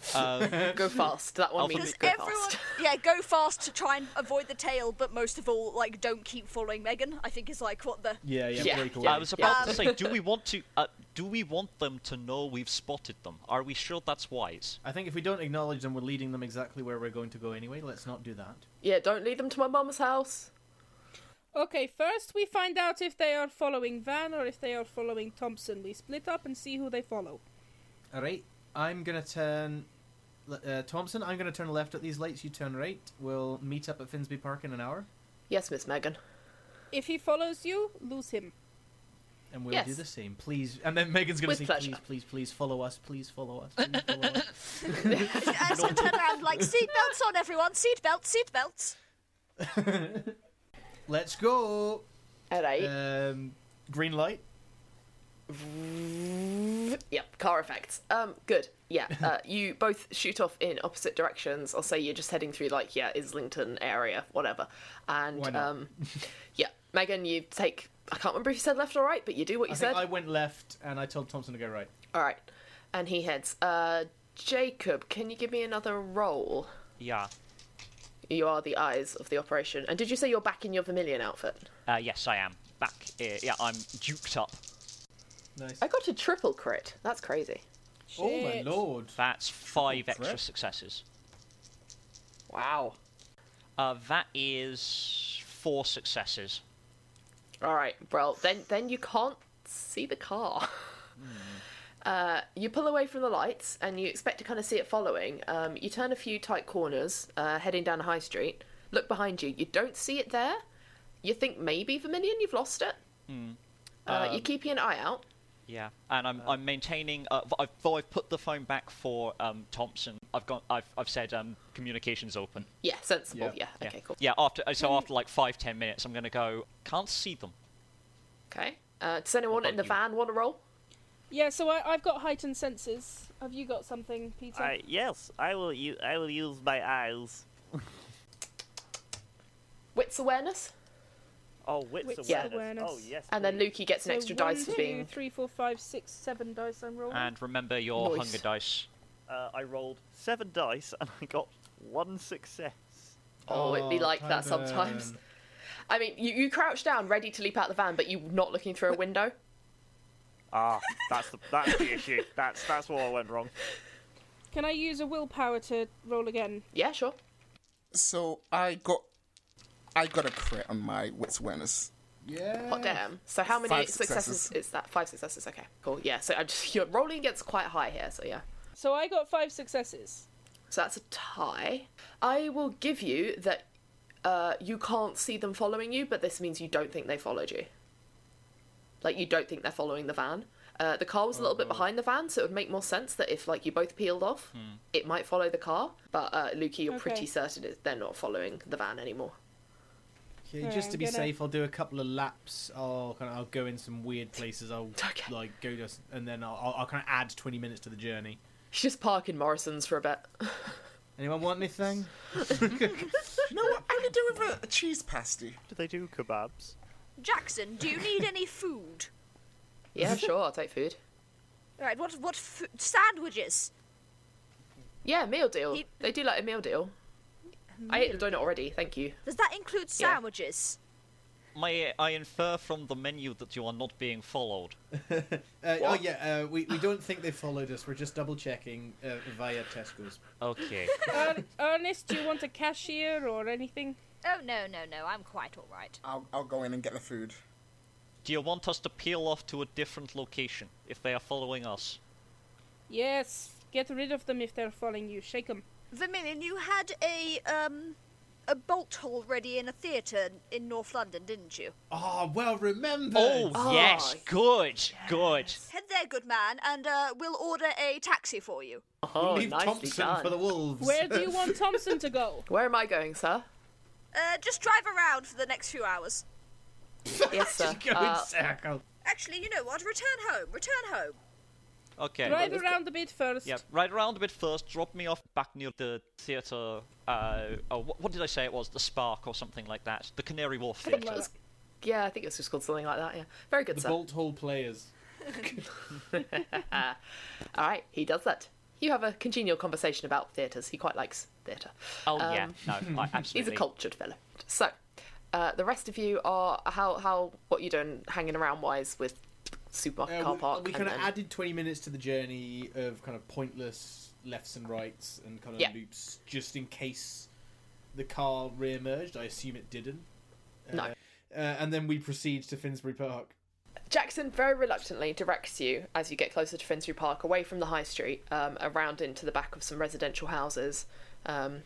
Speaker 4: Go fast. That one
Speaker 6: Alpha
Speaker 4: means
Speaker 5: Does
Speaker 4: go
Speaker 5: everyone?
Speaker 4: fast.
Speaker 5: Yeah, go fast to try and avoid the tail, but most of all, like don't keep following Megan. I think is like what the
Speaker 2: yeah, yeah,
Speaker 4: Yeah,
Speaker 2: break away.
Speaker 6: I was about
Speaker 5: Um,
Speaker 6: to say, do we want to? Uh, do we want them to know we've spotted them? Are we sure that's wise?
Speaker 2: I think if we don't acknowledge them, we're leading them exactly where we're going to go anyway. Let's not do that.
Speaker 4: Yeah, don't lead them to my mum's house.
Speaker 1: Okay, first we find out if they are following Van or if they are following Thompson. We split up and see who they follow.
Speaker 2: All right, I'm gonna turn. Uh, Thompson, I'm gonna turn left at these lights. You turn right. We'll meet up at Finsbury Park in an hour,
Speaker 4: Yes, Miss Megan.
Speaker 1: If he follows you, lose him.
Speaker 2: and we'll do
Speaker 4: Yes.
Speaker 2: the same. Please, and then Megan's gonna
Speaker 4: With
Speaker 2: say,
Speaker 4: pleasure.
Speaker 2: please, please, please follow us. Please follow us. Please follow us.
Speaker 5: as I turn around like seatbelts on everyone, seatbelts, seatbelts.
Speaker 2: Let's go.
Speaker 4: All right.
Speaker 2: Um, green light.
Speaker 4: Yep, car effects. Um, good. Yeah, uh, you both shoot off in opposite directions. I'll say you're just heading through like yeah, Islington area, whatever. And
Speaker 2: Why not?
Speaker 4: um, yeah, Megan, you take. I can't remember if you said left or right, but you do what you
Speaker 2: I
Speaker 4: said.
Speaker 2: think I went left, and I told Thompson to go right.
Speaker 4: All right, and he heads. Uh, Jacob, can you give me another roll?
Speaker 6: Yeah.
Speaker 4: You are the eyes of the operation. And did you say you're back in your vermilion outfit?
Speaker 6: Uh, yes, I am back. Here. Yeah, I'm duked up.
Speaker 2: Nice.
Speaker 4: I got a triple crit. That's crazy.
Speaker 2: Oh my
Speaker 1: Shit.
Speaker 2: lord.
Speaker 6: That's five
Speaker 2: Triple threat?
Speaker 6: extra successes.
Speaker 4: Wow.
Speaker 6: Uh, that is four successes.
Speaker 4: All right. Well, then then you can't see the car. Uh, you pull away from the lights and you expect to kind of see it following. Um, you turn a few tight corners, uh, heading down High Street. Look behind you. You don't see it there. You think maybe Verminion, you've lost it.
Speaker 6: Hmm.
Speaker 4: Uh,
Speaker 6: Um,
Speaker 4: you're keeping an eye out.
Speaker 6: Yeah, and I'm I'm maintaining. Uh, I've, though I've put the phone back for um, Thompson. I've gone. I've I've said um, communications open.
Speaker 4: Yeah, sensible.
Speaker 2: Yeah.
Speaker 4: Yeah.
Speaker 6: Yeah.
Speaker 4: Okay, cool.
Speaker 6: Yeah. After uh, so
Speaker 4: Mm.
Speaker 6: after like five ten minutes, I'm gonna go. Can't see them.
Speaker 4: Okay. Uh, does anyone
Speaker 6: What
Speaker 4: in the
Speaker 6: about
Speaker 4: van want to roll?
Speaker 1: Yeah, so I, I've got heightened senses. Have you got something, Peter?
Speaker 7: I, yes, I will. U- I will use my eyes.
Speaker 4: Wits awareness,
Speaker 7: Oh, wits,
Speaker 1: Wits
Speaker 7: awareness.
Speaker 1: awareness.
Speaker 7: Oh yes.
Speaker 4: and then
Speaker 6: Hmm.
Speaker 7: please.
Speaker 4: Lukey gets an
Speaker 1: So
Speaker 4: extra
Speaker 1: one,
Speaker 4: dice for
Speaker 1: two,
Speaker 4: being.
Speaker 1: three, four, five, six, seven dice I'm rolling.
Speaker 8: And remember your
Speaker 4: Mm. Nice.
Speaker 8: hunger dice.
Speaker 7: Uh, I rolled seven dice and I got one success.
Speaker 4: Oh, it'd be like that
Speaker 2: Tyburn.
Speaker 4: sometimes. I mean, you, you crouch down, ready to leap out the van, but you're not looking through a window.
Speaker 7: Ah, that's the that's the issue. That's that's where I went wrong.
Speaker 1: Can I use a willpower to roll again?
Speaker 4: Yeah, sure.
Speaker 3: So I got, I got a crit on my wits awareness.
Speaker 2: Yeah.
Speaker 4: Hot damn. So how many
Speaker 3: Five
Speaker 4: successes.
Speaker 3: successes.
Speaker 4: is that? Five successes. Okay, cool. Yeah. So I just you're rolling gets quite high here. So yeah.
Speaker 1: So I got five successes.
Speaker 4: So that's a tie. I will give you that. Uh, you can't see them following you, but this means you don't think they followed you. Like you don't think they're following the van. Uh, the car was a little bit behind the van, so it would make more sense that if like you both peeled off, it might follow the car. But uh, Lukey, you're
Speaker 1: Okay.
Speaker 4: pretty certain it- they're not following the van anymore.
Speaker 2: Yeah,
Speaker 1: Alright,
Speaker 2: just to
Speaker 1: I'm
Speaker 2: be
Speaker 1: gonna-
Speaker 2: safe, I'll do a couple of laps. I'll kind of, I'll go in some weird places. I'll
Speaker 4: Okay.
Speaker 2: like go just, and then I'll, I'll, I'll kind of add twenty minutes to the journey.
Speaker 4: You should just park in Morrison's for a bit.
Speaker 2: Anyone want anything?
Speaker 3: You know what? I'm gonna do with a, a cheese pasty.
Speaker 7: Do they do kebabs?
Speaker 5: Jackson, do you need any food?
Speaker 4: yeah, sure, I'll take food.
Speaker 5: Right, what what f- sandwiches?
Speaker 4: Yeah, meal deal.
Speaker 5: He-
Speaker 4: They do like a meal deal. I ate the donut already. Thank you.
Speaker 5: Does that include
Speaker 4: Yeah.
Speaker 5: sandwiches?
Speaker 8: May I infer from the menu that you are not being followed?
Speaker 2: Uh, oh yeah, uh, we we don't think they followed us. We're just double checking uh, via Tesco's.
Speaker 8: Okay.
Speaker 1: Ern- Er, Ernest, do you want a cashier or anything?
Speaker 5: Oh no no no, I'm quite all right.
Speaker 3: I'll, I'll go in and get the food.
Speaker 8: Do you want us to peel off to a different location if they are following us?
Speaker 1: Yes. Get rid of them if they're following you. Shake them.
Speaker 5: Vermilion, you had a um a bolt hole ready in a theatre in North London, didn't you?
Speaker 2: Oh, well remembered.
Speaker 8: Oh, yes,
Speaker 4: yes.
Speaker 8: good, good.
Speaker 5: Head there, good man, and uh, we'll order a taxi for you.
Speaker 4: Oh,
Speaker 2: leave Thompson for the wolves.
Speaker 1: Where do you want Thompson to go?
Speaker 4: Where am I going, sir?
Speaker 5: Uh, just drive around for the next few hours.
Speaker 4: Yes, sir.
Speaker 2: go in
Speaker 4: Uh,
Speaker 2: circle?
Speaker 5: Actually, you know what? Return home. Return home.
Speaker 8: Okay.
Speaker 1: Drive around a bit first.
Speaker 8: Yeah, right around a bit first. Drop me off back near the theatre. Uh, oh, what, what did I say it was? The Spark or something like that. The Canary Wharf
Speaker 1: think
Speaker 8: Theatre.
Speaker 1: that was-
Speaker 4: yeah, I think it's just called something like that. Yeah, very good,
Speaker 2: The
Speaker 4: sir.
Speaker 2: bolt hole players.
Speaker 4: All right, he does that. You have a congenial conversation about theatres. He quite likes theatre.
Speaker 8: Oh yeah,
Speaker 4: Um,
Speaker 8: no, I, absolutely.
Speaker 4: He's a cultured fellow. So, uh, the rest of you are how how what you doing hanging around wise with supermarket
Speaker 2: Uh,
Speaker 4: car
Speaker 2: we-
Speaker 4: park?
Speaker 2: we
Speaker 4: and
Speaker 2: kind of
Speaker 4: then-
Speaker 2: added 20 minutes to the journey of kind of pointless lefts and rights and kind of
Speaker 4: Yeah.
Speaker 2: loops just in case the car re-emerged. I assume it didn't. Uh,
Speaker 4: No.
Speaker 2: Uh, and then we proceed to Finsbury Park.
Speaker 4: Jackson very reluctantly directs you as you get closer to Finsbury Park, away from the high street, um, around into the back of some residential houses. Um,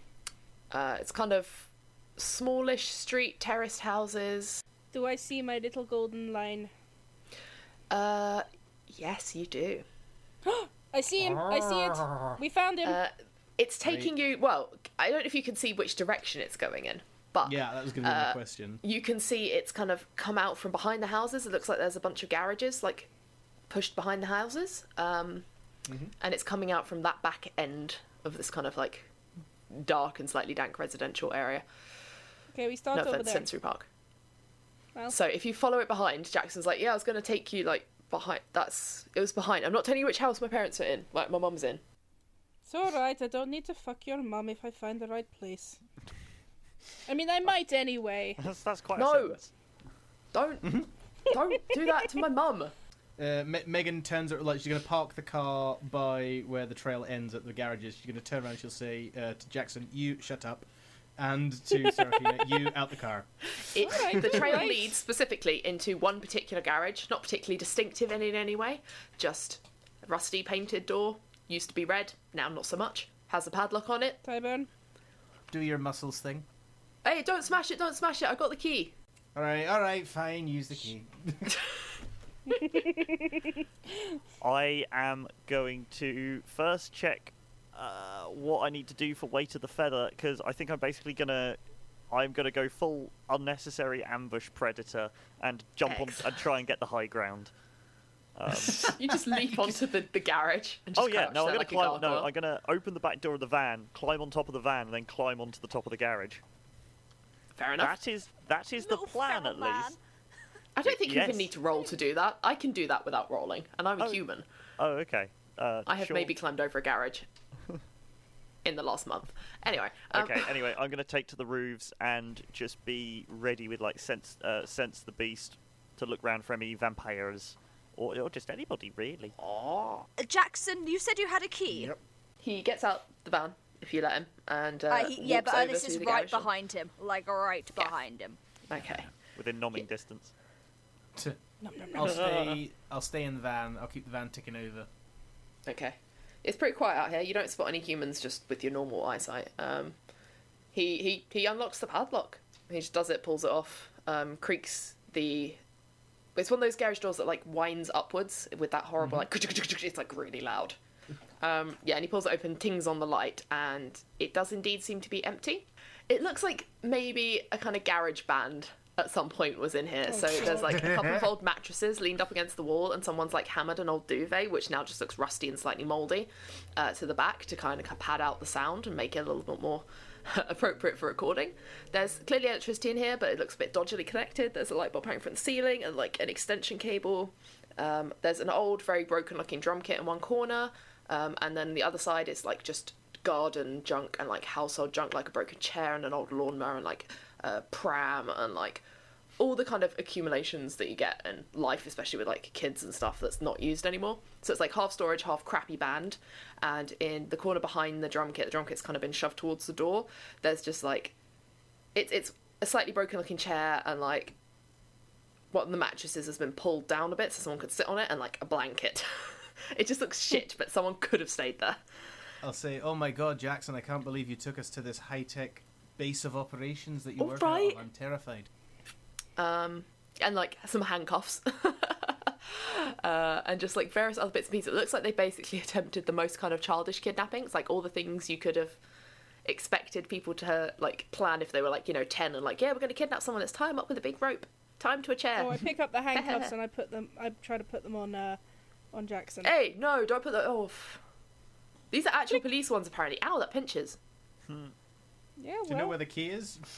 Speaker 4: uh, it's kind of smallish street, terraced houses.
Speaker 1: Do I see my little golden line?
Speaker 4: Uh, yes, you do.
Speaker 1: I see him. I see
Speaker 2: Ah.
Speaker 1: it. We found him.
Speaker 4: Uh, it's taking you. Well, I don't know if you can see which direction it's going in, but
Speaker 2: Yeah, that was going to be
Speaker 4: Uh,
Speaker 2: my question.
Speaker 4: you can see it's kind of come out from behind the houses. It looks like there's a bunch of garages like pushed behind the houses, um, and it's coming out from that back end of this kind of like dark and slightly dank residential area.
Speaker 1: okay, we start
Speaker 4: no
Speaker 1: over
Speaker 4: offense,
Speaker 1: there.
Speaker 4: Sensory Park.
Speaker 1: Well.
Speaker 4: So if you follow it behind, Jackson's like, "Yeah, I was going to take you like behind. That's it was behind. I'm not telling you which house my parents were in. Like my mum's in.
Speaker 1: It's alright, I don't need to fuck your mum if I find the right place. I mean, I might anyway.
Speaker 7: That's that's quite.
Speaker 4: No.
Speaker 7: A sentence.
Speaker 4: Don't, don't do that to my mum."
Speaker 2: Uh, Me- Megan turns ar- like she's going to park the car by where the trail ends at the garages. She's going to turn around. and She'll say uh, to Jackson, "You shut up," and to Seraphina, "You out the car."
Speaker 4: It,
Speaker 1: Alright,
Speaker 4: the trail
Speaker 1: alright.
Speaker 4: leads specifically into one particular garage, not particularly distinctive in, in any way, just a rusty painted door, used to be red, now not so much, has a padlock on it.
Speaker 1: Tyburn.
Speaker 2: Do your muscles thing.
Speaker 4: Hey, don't smash it, don't smash it, I got the key.
Speaker 2: All right, all right, fine. Use the key.
Speaker 7: I am going to first check uh, what I need to do for weight of the feather because I think I'm basically gonna. I'm gonna go full unnecessary ambush predator and jump on and
Speaker 4: Excellent.
Speaker 7: try and get the high ground. Um,
Speaker 4: You just leap onto the, the garage and just
Speaker 7: oh yeah,
Speaker 4: crouch
Speaker 7: no, I'm
Speaker 4: there
Speaker 7: gonna
Speaker 4: like a
Speaker 7: climb. No,
Speaker 4: gargoyle.
Speaker 7: I'm gonna open the back door of the van, climb on top of the van, and then climb onto the top of the garage.
Speaker 4: Fair enough.
Speaker 7: That is that is the
Speaker 5: Little
Speaker 7: plan,
Speaker 5: feral
Speaker 7: at
Speaker 5: man.
Speaker 7: least.
Speaker 4: I don't think you
Speaker 7: yes.
Speaker 4: even need to roll to do that. I can do that without rolling, and I'm a
Speaker 7: Oh.
Speaker 4: human.
Speaker 7: Oh, okay. Uh,
Speaker 4: I have
Speaker 7: sure.
Speaker 4: maybe climbed over a garage in the last month. Anyway, um,
Speaker 7: Okay. anyway, I'm gonna take to the roofs and just be ready with like sense uh, sense the beast to look round for any vampires or, or just anybody really.
Speaker 5: Uh, Jackson, you said you had a key.
Speaker 3: Yep.
Speaker 4: he gets out the van if you let him, and uh,
Speaker 5: Uh, he- yeah,
Speaker 4: walks
Speaker 5: but
Speaker 4: over
Speaker 5: Ernest
Speaker 4: to
Speaker 5: is
Speaker 4: the
Speaker 5: right
Speaker 4: garage door.
Speaker 5: behind him, like right behind him.
Speaker 4: Okay.
Speaker 7: Within nomming distance.
Speaker 2: T- I'll stay. I'll stay in the van. I'll keep the van ticking over.
Speaker 4: Okay. It's pretty quiet out here. You don't spot any humans just with your normal eyesight. Um, he, he, he unlocks the padlock. He just does it, pulls it off, um, creaks the. It's one of those garage doors that like winds upwards with that horrible like. It's like really loud. Um, yeah, and he pulls it open, tings on the light, and it does indeed seem to be empty. It looks like maybe a kind of garage band at some point was in here. so there's like a couple of old mattresses leaned up against the wall, and someone's like hammered an old duvet, which now just looks rusty and slightly mouldy, uh, to the back to kind of pad out the sound and make it a little bit more appropriate for recording. There's clearly electricity in here, but it looks a bit dodgily connected. There's a light bulb hanging from the ceiling and like an extension cable. Um, there's an old, very broken looking drum kit in one corner, um, and then the other side is like just garden junk and like household junk, like a broken chair and an old lawnmower and like a pram and like all the kind of accumulations that you get in life, especially with like kids and stuff that's not used anymore. So it's like half storage, half crappy band. And in the corner behind the drum kit, the drum kit's kind of been shoved towards the door. There's just like it's it's a slightly broken looking chair and like what the mattresses has been pulled down a bit so someone could sit on it and like a blanket. it just looks shit, but someone could have stayed there.
Speaker 2: I'll say, "Oh my God, Jackson! I can't believe you took us to this high-tech base of operations that you
Speaker 4: All
Speaker 2: work
Speaker 4: right.
Speaker 2: on. I'm terrified."
Speaker 4: and like some handcuffs uh, and just like various other bits and pieces. It looks like they basically attempted the most kind of childish kidnappings, like all the things you could have expected people to like plan if they were like you know ten and like yeah we're going to kidnap someone. Let's tie 'em up with a big rope, tie 'em to a chair.
Speaker 1: Oh, I pick up the handcuffs and I put them. I try to put them on uh, on Jackson.
Speaker 4: hey, no, don't put that off. These are actual police ones apparently. Ow, that pinches.
Speaker 1: Yeah,
Speaker 2: Do you
Speaker 1: well,
Speaker 2: know where the key is?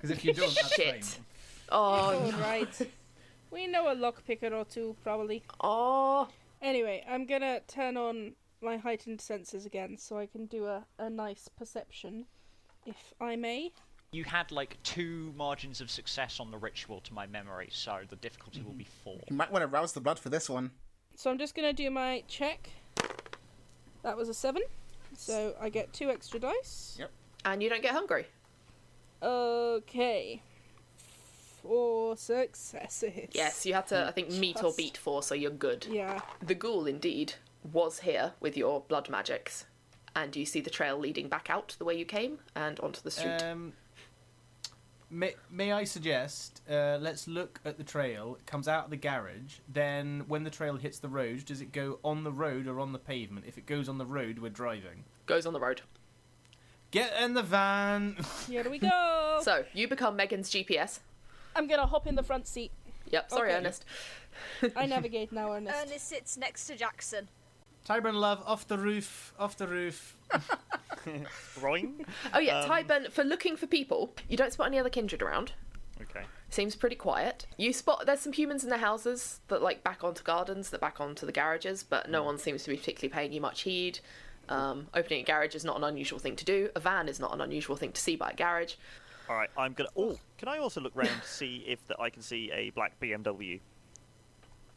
Speaker 2: Because if you don't, that's
Speaker 4: Shit.
Speaker 2: fine.
Speaker 4: Oh,
Speaker 1: all right. We know a lockpicker or two, probably.
Speaker 4: oh,
Speaker 1: Anyway, I'm gonna turn on my heightened senses again, so I can do a, a nice perception, if I may.
Speaker 8: You had like two margins of success on the ritual, to my memory, so the difficulty will be four.
Speaker 4: Mm-hmm.
Speaker 3: You might want to rouse the blood for this one.
Speaker 1: So I'm just gonna do my check. That was a seven, so I get two extra dice.
Speaker 3: Yep.
Speaker 4: and you don't get hungry.
Speaker 1: Okay. Four successes.
Speaker 4: Yes, you had to. I think meet or
Speaker 1: Just-
Speaker 4: beat four, so you're good.
Speaker 1: Yeah.
Speaker 4: The ghoul, indeed, was here with your blood magics. And you see the trail leading back out the way you came and onto the street.
Speaker 2: Um, may, may I suggest uh, let's look at the trail. It comes out of the garage. Then, when the trail hits the road, does it go on the road or on the pavement? If it goes on the road, we're driving.
Speaker 4: Goes on the road.
Speaker 2: Get in the van.
Speaker 1: Here we go.
Speaker 4: So you become Megan's GPS.
Speaker 1: I'm gonna hop in the front seat.
Speaker 4: Yep, sorry,
Speaker 1: Okay.
Speaker 4: Ernest.
Speaker 1: I navigate now, Ernest.
Speaker 5: Ernest sits next to Jackson.
Speaker 2: Tyburn, love, off the roof, off the roof.
Speaker 7: Rhyme.
Speaker 4: Oh, yeah, Tyburn, for looking for people, you don't spot any other kindred around.
Speaker 7: Okay.
Speaker 4: Seems pretty quiet. You spot there's some humans in the houses that like back onto gardens, that back onto the garages, but
Speaker 7: Mm.
Speaker 4: no one seems to be particularly paying you much heed. Um, opening a garage is not an unusual thing to do. A van is not an unusual thing to see by a garage.
Speaker 7: All right. I'm gonna. Oh, can I also look round to see if that I can see a black BMW?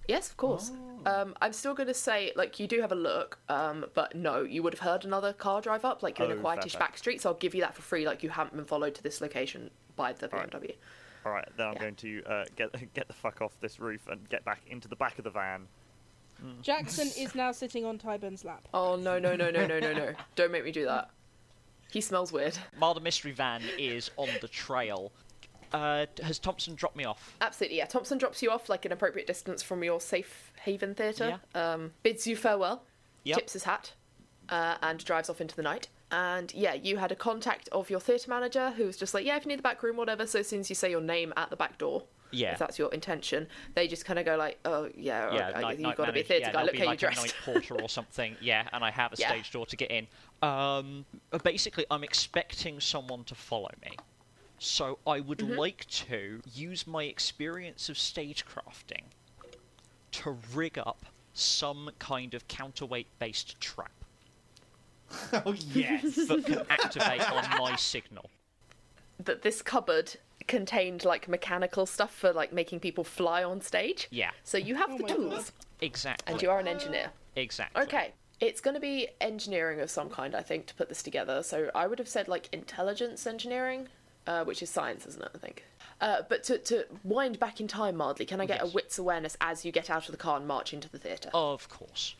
Speaker 4: Yes, of course.
Speaker 7: Oh.
Speaker 4: Um, I'm still going to say, like, you do have a look, um, but no, you would have heard another car drive up, like, you're in
Speaker 7: Oh,
Speaker 4: a
Speaker 7: fair
Speaker 4: quietish
Speaker 7: play.
Speaker 4: back street, so I'll give you that for free, like, you haven't been followed to this location by the
Speaker 7: Alright.
Speaker 4: BMW.
Speaker 7: All right. Then I'm
Speaker 4: Yeah.
Speaker 7: going to uh, get get the fuck off this roof and get back into the back of the van.
Speaker 1: Jackson is now sitting on Tyburn's lap.
Speaker 4: Oh, no, no, no, no, no, no, no. Don't make me do that. He smells weird.
Speaker 8: While the mystery van is on the trail, uh, has Thompson dropped me off?
Speaker 4: Absolutely, yeah. Thompson drops you off, like, an appropriate distance from your safe haven theatre, um, bids you farewell,
Speaker 8: Yep.
Speaker 4: tips his hat, uh, and drives off into the night. And yeah, you had a contact of your theatre manager who was just like, yeah, if you need the back room, whatever. So as soon as you say your name at the back door,
Speaker 6: Yeah.
Speaker 4: if that's your intention. They just kind of go like, oh yeah, all
Speaker 6: yeah,
Speaker 4: right,
Speaker 6: night,
Speaker 4: you've
Speaker 6: night
Speaker 4: got to be a
Speaker 6: manager-
Speaker 4: theatre
Speaker 6: yeah,
Speaker 4: guy.
Speaker 6: there'll
Speaker 4: Look
Speaker 6: be
Speaker 4: how you
Speaker 6: like a
Speaker 4: dressed.
Speaker 6: night porter or something. Yeah, and I have a
Speaker 4: Yeah.
Speaker 6: stage door to get in. Um, basically, I'm expecting someone to follow me, so I would
Speaker 4: Mm-hmm.
Speaker 6: like to use my experience of stagecrafting to rig up some kind of counterweight-based trap
Speaker 2: Oh yes.
Speaker 6: that can activate on my signal.
Speaker 4: that this cupboard contained like mechanical stuff for like making people fly on stage.
Speaker 6: Yeah.
Speaker 4: So you have the
Speaker 1: Oh my God.
Speaker 4: tools,
Speaker 6: Exactly.
Speaker 4: and you are an engineer.
Speaker 6: Exactly.
Speaker 4: Okay. It's going to be engineering of some kind, I think, to put this together. So I would have said like intelligence engineering, uh, which is science, isn't it? I think. Uh, but to, to wind back in time, Mardley, can I get
Speaker 6: Yes.
Speaker 4: a wits awareness as you get out of the car and march into the theatre?
Speaker 6: Of course.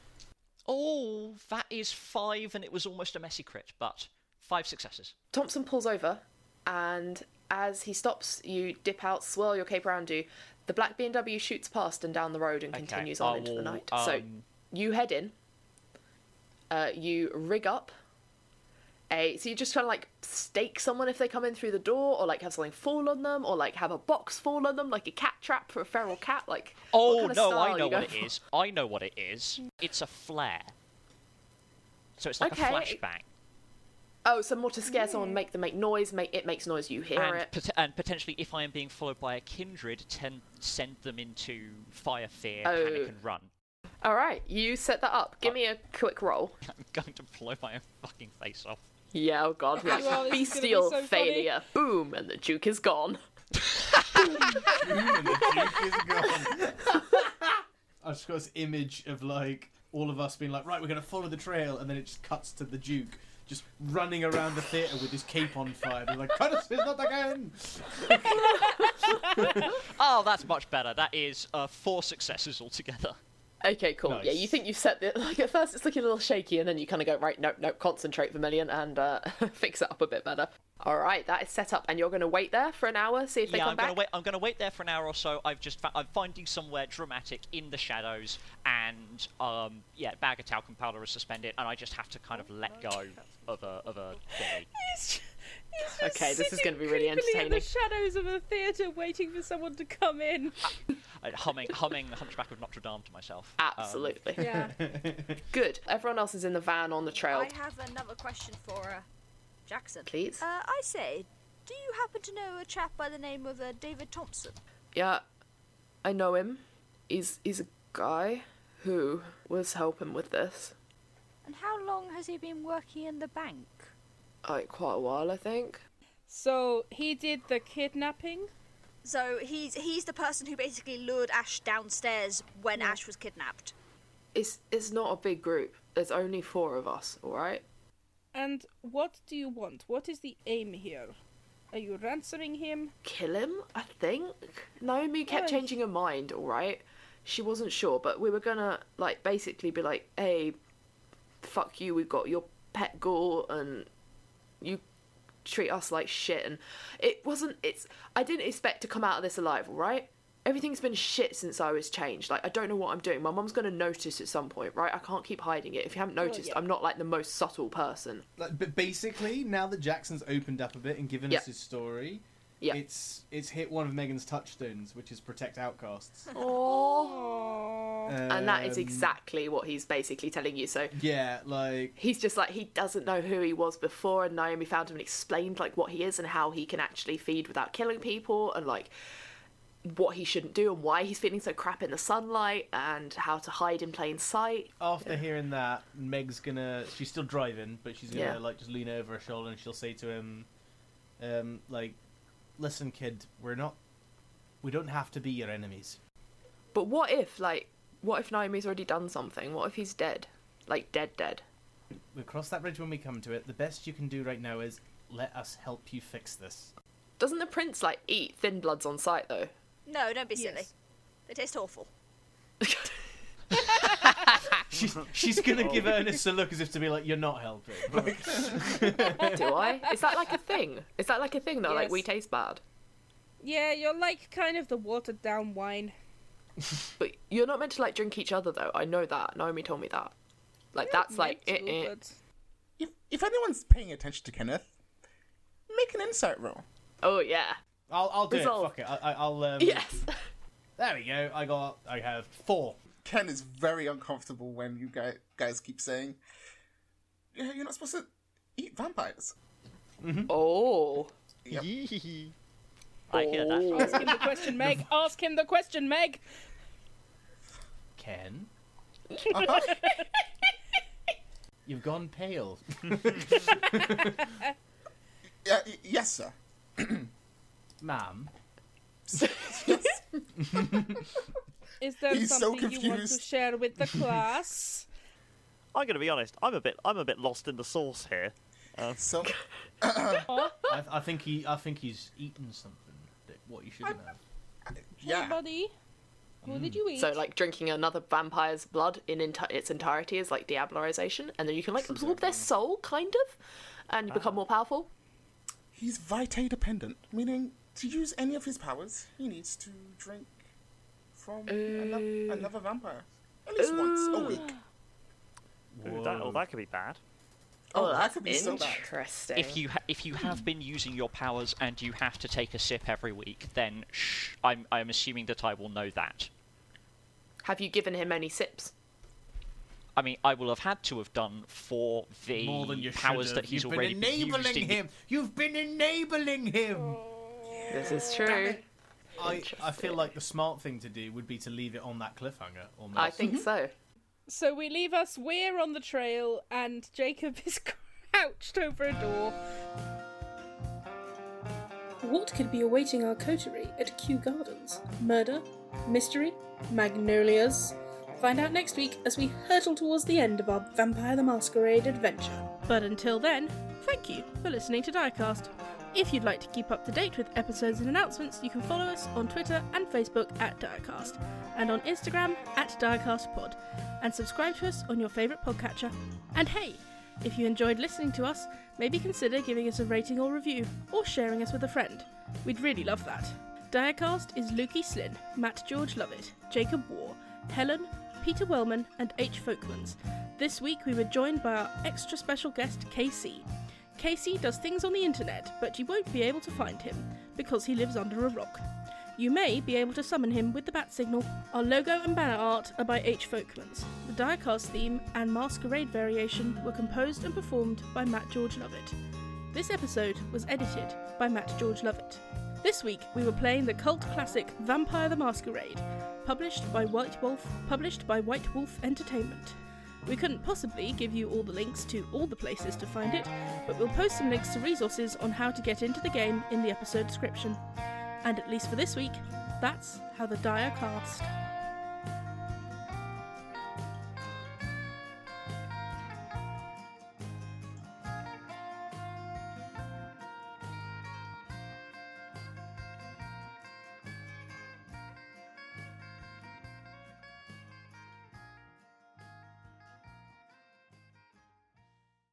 Speaker 6: Oh, that is five, and it was almost a messy crit, but five successes.
Speaker 4: Thompson pulls over, and as he stops, you dip out, swirl your cape around you. The black BMW shoots past and down the road and
Speaker 6: Okay,
Speaker 4: continues
Speaker 6: I
Speaker 4: on into the
Speaker 6: will,
Speaker 4: night. so
Speaker 6: um,
Speaker 4: you head in. Uh, you rig up. A, so you just kind of like stake someone if they come in through the door, or like have something fall on them, or like have a box fall on them, like a cat trap for a feral cat. Like
Speaker 6: Oh
Speaker 4: what kind of
Speaker 6: no,
Speaker 4: style
Speaker 6: I
Speaker 4: you
Speaker 6: know
Speaker 4: go
Speaker 6: what it
Speaker 4: for?
Speaker 6: is. I know what it is. It's a flare. So it's like
Speaker 4: Okay.
Speaker 6: a flashbang,
Speaker 4: Oh, so more to scare someone, make them make noise, make it makes noise, you hear
Speaker 6: and,
Speaker 4: it.
Speaker 6: pot- and potentially, if I am being followed by a kindred, ten- send them into fire, fear,
Speaker 4: Oh.
Speaker 6: panic, and run.
Speaker 4: All right, you set that up.
Speaker 6: Uh,
Speaker 4: Give me a quick roll.
Speaker 6: I'm going to blow my own fucking face off.
Speaker 4: Yeah, oh god, yeah.
Speaker 1: Well, this is gonna be
Speaker 4: bestial
Speaker 1: so funny.
Speaker 4: failure. Boom, and the Duke is gone.
Speaker 3: and the Duke is gone.
Speaker 2: I just got this image of like all of us being like, right, we're going to follow the trail, and then it just cuts to the Duke just running around the theatre with his cape on fire. They're like, cut us, it's not again.
Speaker 6: Oh, that's much better. That is uh, four successes altogether.
Speaker 4: Okay, cool. Yeah,
Speaker 2: Nice.
Speaker 4: you think you've set the like at first it's looking a little shaky and then you kinda go, right, nope, nope, concentrate Vermillion and uh, fix it up a bit better. Alright, that is set up and you're gonna wait there for an hour, see if they
Speaker 6: yeah,
Speaker 4: come
Speaker 6: I'm
Speaker 4: back.
Speaker 6: gonna wait. I'm gonna wait there for an hour or so. I've just fa- I'm finding somewhere dramatic in the shadows, and um, yeah, bag of talcum powder is suspended, and I just have to kind of let go of a of a thingy.
Speaker 1: He's ju- he's just
Speaker 4: Okay, this is
Speaker 1: sitting
Speaker 4: gonna be really
Speaker 1: creepily In the
Speaker 4: entertaining.
Speaker 1: shadows of a theatre, waiting for someone to come in.
Speaker 6: I- humming humming the Hunchback of Notre Dame to myself. Um,
Speaker 4: Absolutely.
Speaker 1: Yeah.
Speaker 4: Good. Everyone else is in the van on the trail.
Speaker 5: I have another question for uh, Jackson.
Speaker 4: Please.
Speaker 5: Uh, I say, do you happen to know a chap by the name of uh, David Thompson?
Speaker 4: Yeah, I know him. He's he's a guy who was helping with this.
Speaker 5: And how long has he been working in the bank?
Speaker 4: Like quite a while I think.
Speaker 1: So he did the kidnapping.
Speaker 5: So he's he's the person who basically lured Ash downstairs when Ash was kidnapped.
Speaker 4: It's it's not a big group. There's only four of us, all right?
Speaker 1: And what do you want? What is the aim here? Are you ransoming him?
Speaker 4: Kill him, I think. Naomi kept
Speaker 1: Nice.
Speaker 4: changing her mind, all right? She wasn't sure, but we were gonna like basically be like, "Hey, fuck you. We've got your pet ghoul, and you treat us like shit." And it wasn't. It's. I didn't expect to come out of this alive, all right? Everything's been shit since I was changed. Like I don't know what I'm doing. My mum's gonna notice at some point, right? I can't keep hiding it. If you haven't noticed,
Speaker 1: yeah.
Speaker 4: I'm not like the most subtle person.
Speaker 2: Like, but basically, now that Jackson's opened up a bit and given
Speaker 4: Yeah.
Speaker 2: us his story,
Speaker 4: Yeah.
Speaker 2: it's it's hit one of Megan's touchstones, which is protect outcasts.
Speaker 4: and that is
Speaker 2: Um,
Speaker 4: exactly what he's basically telling you. So
Speaker 2: Yeah, like
Speaker 4: he's just like he doesn't know who he was before, and Naomi found him and explained like what he is and how he can actually feed without killing people, and like what he shouldn't do and why he's feeling so crap in the sunlight and how to hide in plain sight.
Speaker 2: after hearing that, Meg's gonna she's still driving, but she's gonna
Speaker 4: Yeah.
Speaker 2: like just lean over her shoulder and she'll say to him, um, like, "Listen, kid, we're not, we don't have to be your enemies."
Speaker 4: But what if like what if Naomi's already done something? What if he's dead? Like dead dead.
Speaker 2: We'll cross that bridge when we come to it. The best you can do right now is let us help you fix this.
Speaker 4: Doesn't the prince like eat thin bloods on sight though?
Speaker 5: No, don't be silly.
Speaker 1: Yes.
Speaker 5: They taste awful.
Speaker 2: She's, she's gonna give Ernest a look as if to be like, "You're not helping."
Speaker 4: Do I? Is that like a thing? Is that like a thing that like
Speaker 1: Yes.
Speaker 4: we taste bad?
Speaker 1: Yeah, you're like kind of the watered down wine.
Speaker 4: But you're not meant to like drink each other though. I know that. Naomi told me that. Like that's like
Speaker 1: Meant to,
Speaker 4: eh, eh.
Speaker 1: but-
Speaker 3: If, if anyone's paying attention to Kenneth, make an insight roll.
Speaker 4: oh yeah.
Speaker 2: I'll, I'll do
Speaker 4: Resolve.
Speaker 2: it. Fuck it. I, I, I'll. Um,
Speaker 4: Yes.
Speaker 2: There we go. I got. I have four.
Speaker 3: Ken is very uncomfortable when you guys, guys keep saying, yeah, you're not supposed to eat vampires.
Speaker 4: Oh.
Speaker 6: I hear that.
Speaker 4: Oh.
Speaker 1: Ask him the question, Meg. Ask him the question, Meg.
Speaker 2: Ken,
Speaker 3: Uh-huh.
Speaker 2: you've gone pale.
Speaker 3: Yeah, y- yes, sir.
Speaker 2: Ma'am,
Speaker 1: Is there
Speaker 3: He's so
Speaker 1: something you want to
Speaker 3: confused.
Speaker 1: share with the class?
Speaker 7: I'm going to be honest. I'm a bit. I'm a bit lost in the sauce here.
Speaker 3: So,
Speaker 2: I, I think he. I think he's eaten something. That what you shouldn't have.
Speaker 1: Hey,
Speaker 3: yeah. Mm.
Speaker 1: buddy. What did you eat?
Speaker 4: So like drinking another vampire's blood in enti- its entirety is like diablerization, and then you can like absorb their soul, kind of, and you become more powerful.
Speaker 3: He's vitae dependent, meaning to use any of his powers, he needs to drink from ano- another vampire. At least once a week.
Speaker 7: Ooh, that, oh, that could be bad.
Speaker 3: Oh, that could be so bad.
Speaker 4: interesting.
Speaker 8: If you ha- if you have been using your powers and you have to take a sip every week, then shh, I'm I'm assuming that I will know that.
Speaker 4: have you given him any sips?
Speaker 8: I mean, I will have had to have done for the
Speaker 2: More than you should
Speaker 8: powers
Speaker 2: have.
Speaker 8: that he's
Speaker 2: You've been
Speaker 8: already
Speaker 2: enabling
Speaker 8: used in-
Speaker 2: him. You've been enabling him.
Speaker 8: Oh,
Speaker 4: This is true.
Speaker 2: I, I feel like the smart thing to do would be to leave it on that cliffhanger. Almost.
Speaker 4: I think so.
Speaker 1: So we leave us, we're on the trail, and Jacob is crouched over a door. What could be awaiting our coterie at Kew Gardens? Murder? Mystery? Magnolias? Find out next week as we hurtle towards the end of our Vampire the Masquerade adventure. But until then, thank you for listening to Diecast. If you'd like to keep up to date with episodes and announcements, you can follow us on Twitter and Facebook at Diecast, and on Instagram at DiecastPod, and subscribe to us on your favourite podcatcher. And hey, if you enjoyed listening to us, maybe consider giving us a rating or review, or sharing us with a friend. We'd really love that. Diacast is Lukey Slynn, Matt George Lovett, Jacob War, Helen, Peter Wellman, and H. Folkmans. This week we were joined by our extra special guest, KC. Casey does things on the internet, but you won't be able to find him because he lives under a rock. You may be able to summon him with the bat signal. Our logo and banner art are by H. Folkmans. The diecast theme and masquerade variation were composed and performed by Matt George Lovett. This episode was edited by Matt George Lovett. This week we were playing the cult classic Vampire the Masquerade, published by White Wolf, published by White Wolf Entertainment. We couldn't possibly give you all the links to all the places to find it, but we'll post some links to resources on how to get into the game in the episode description. And at least for this week, that's how the Dire cast.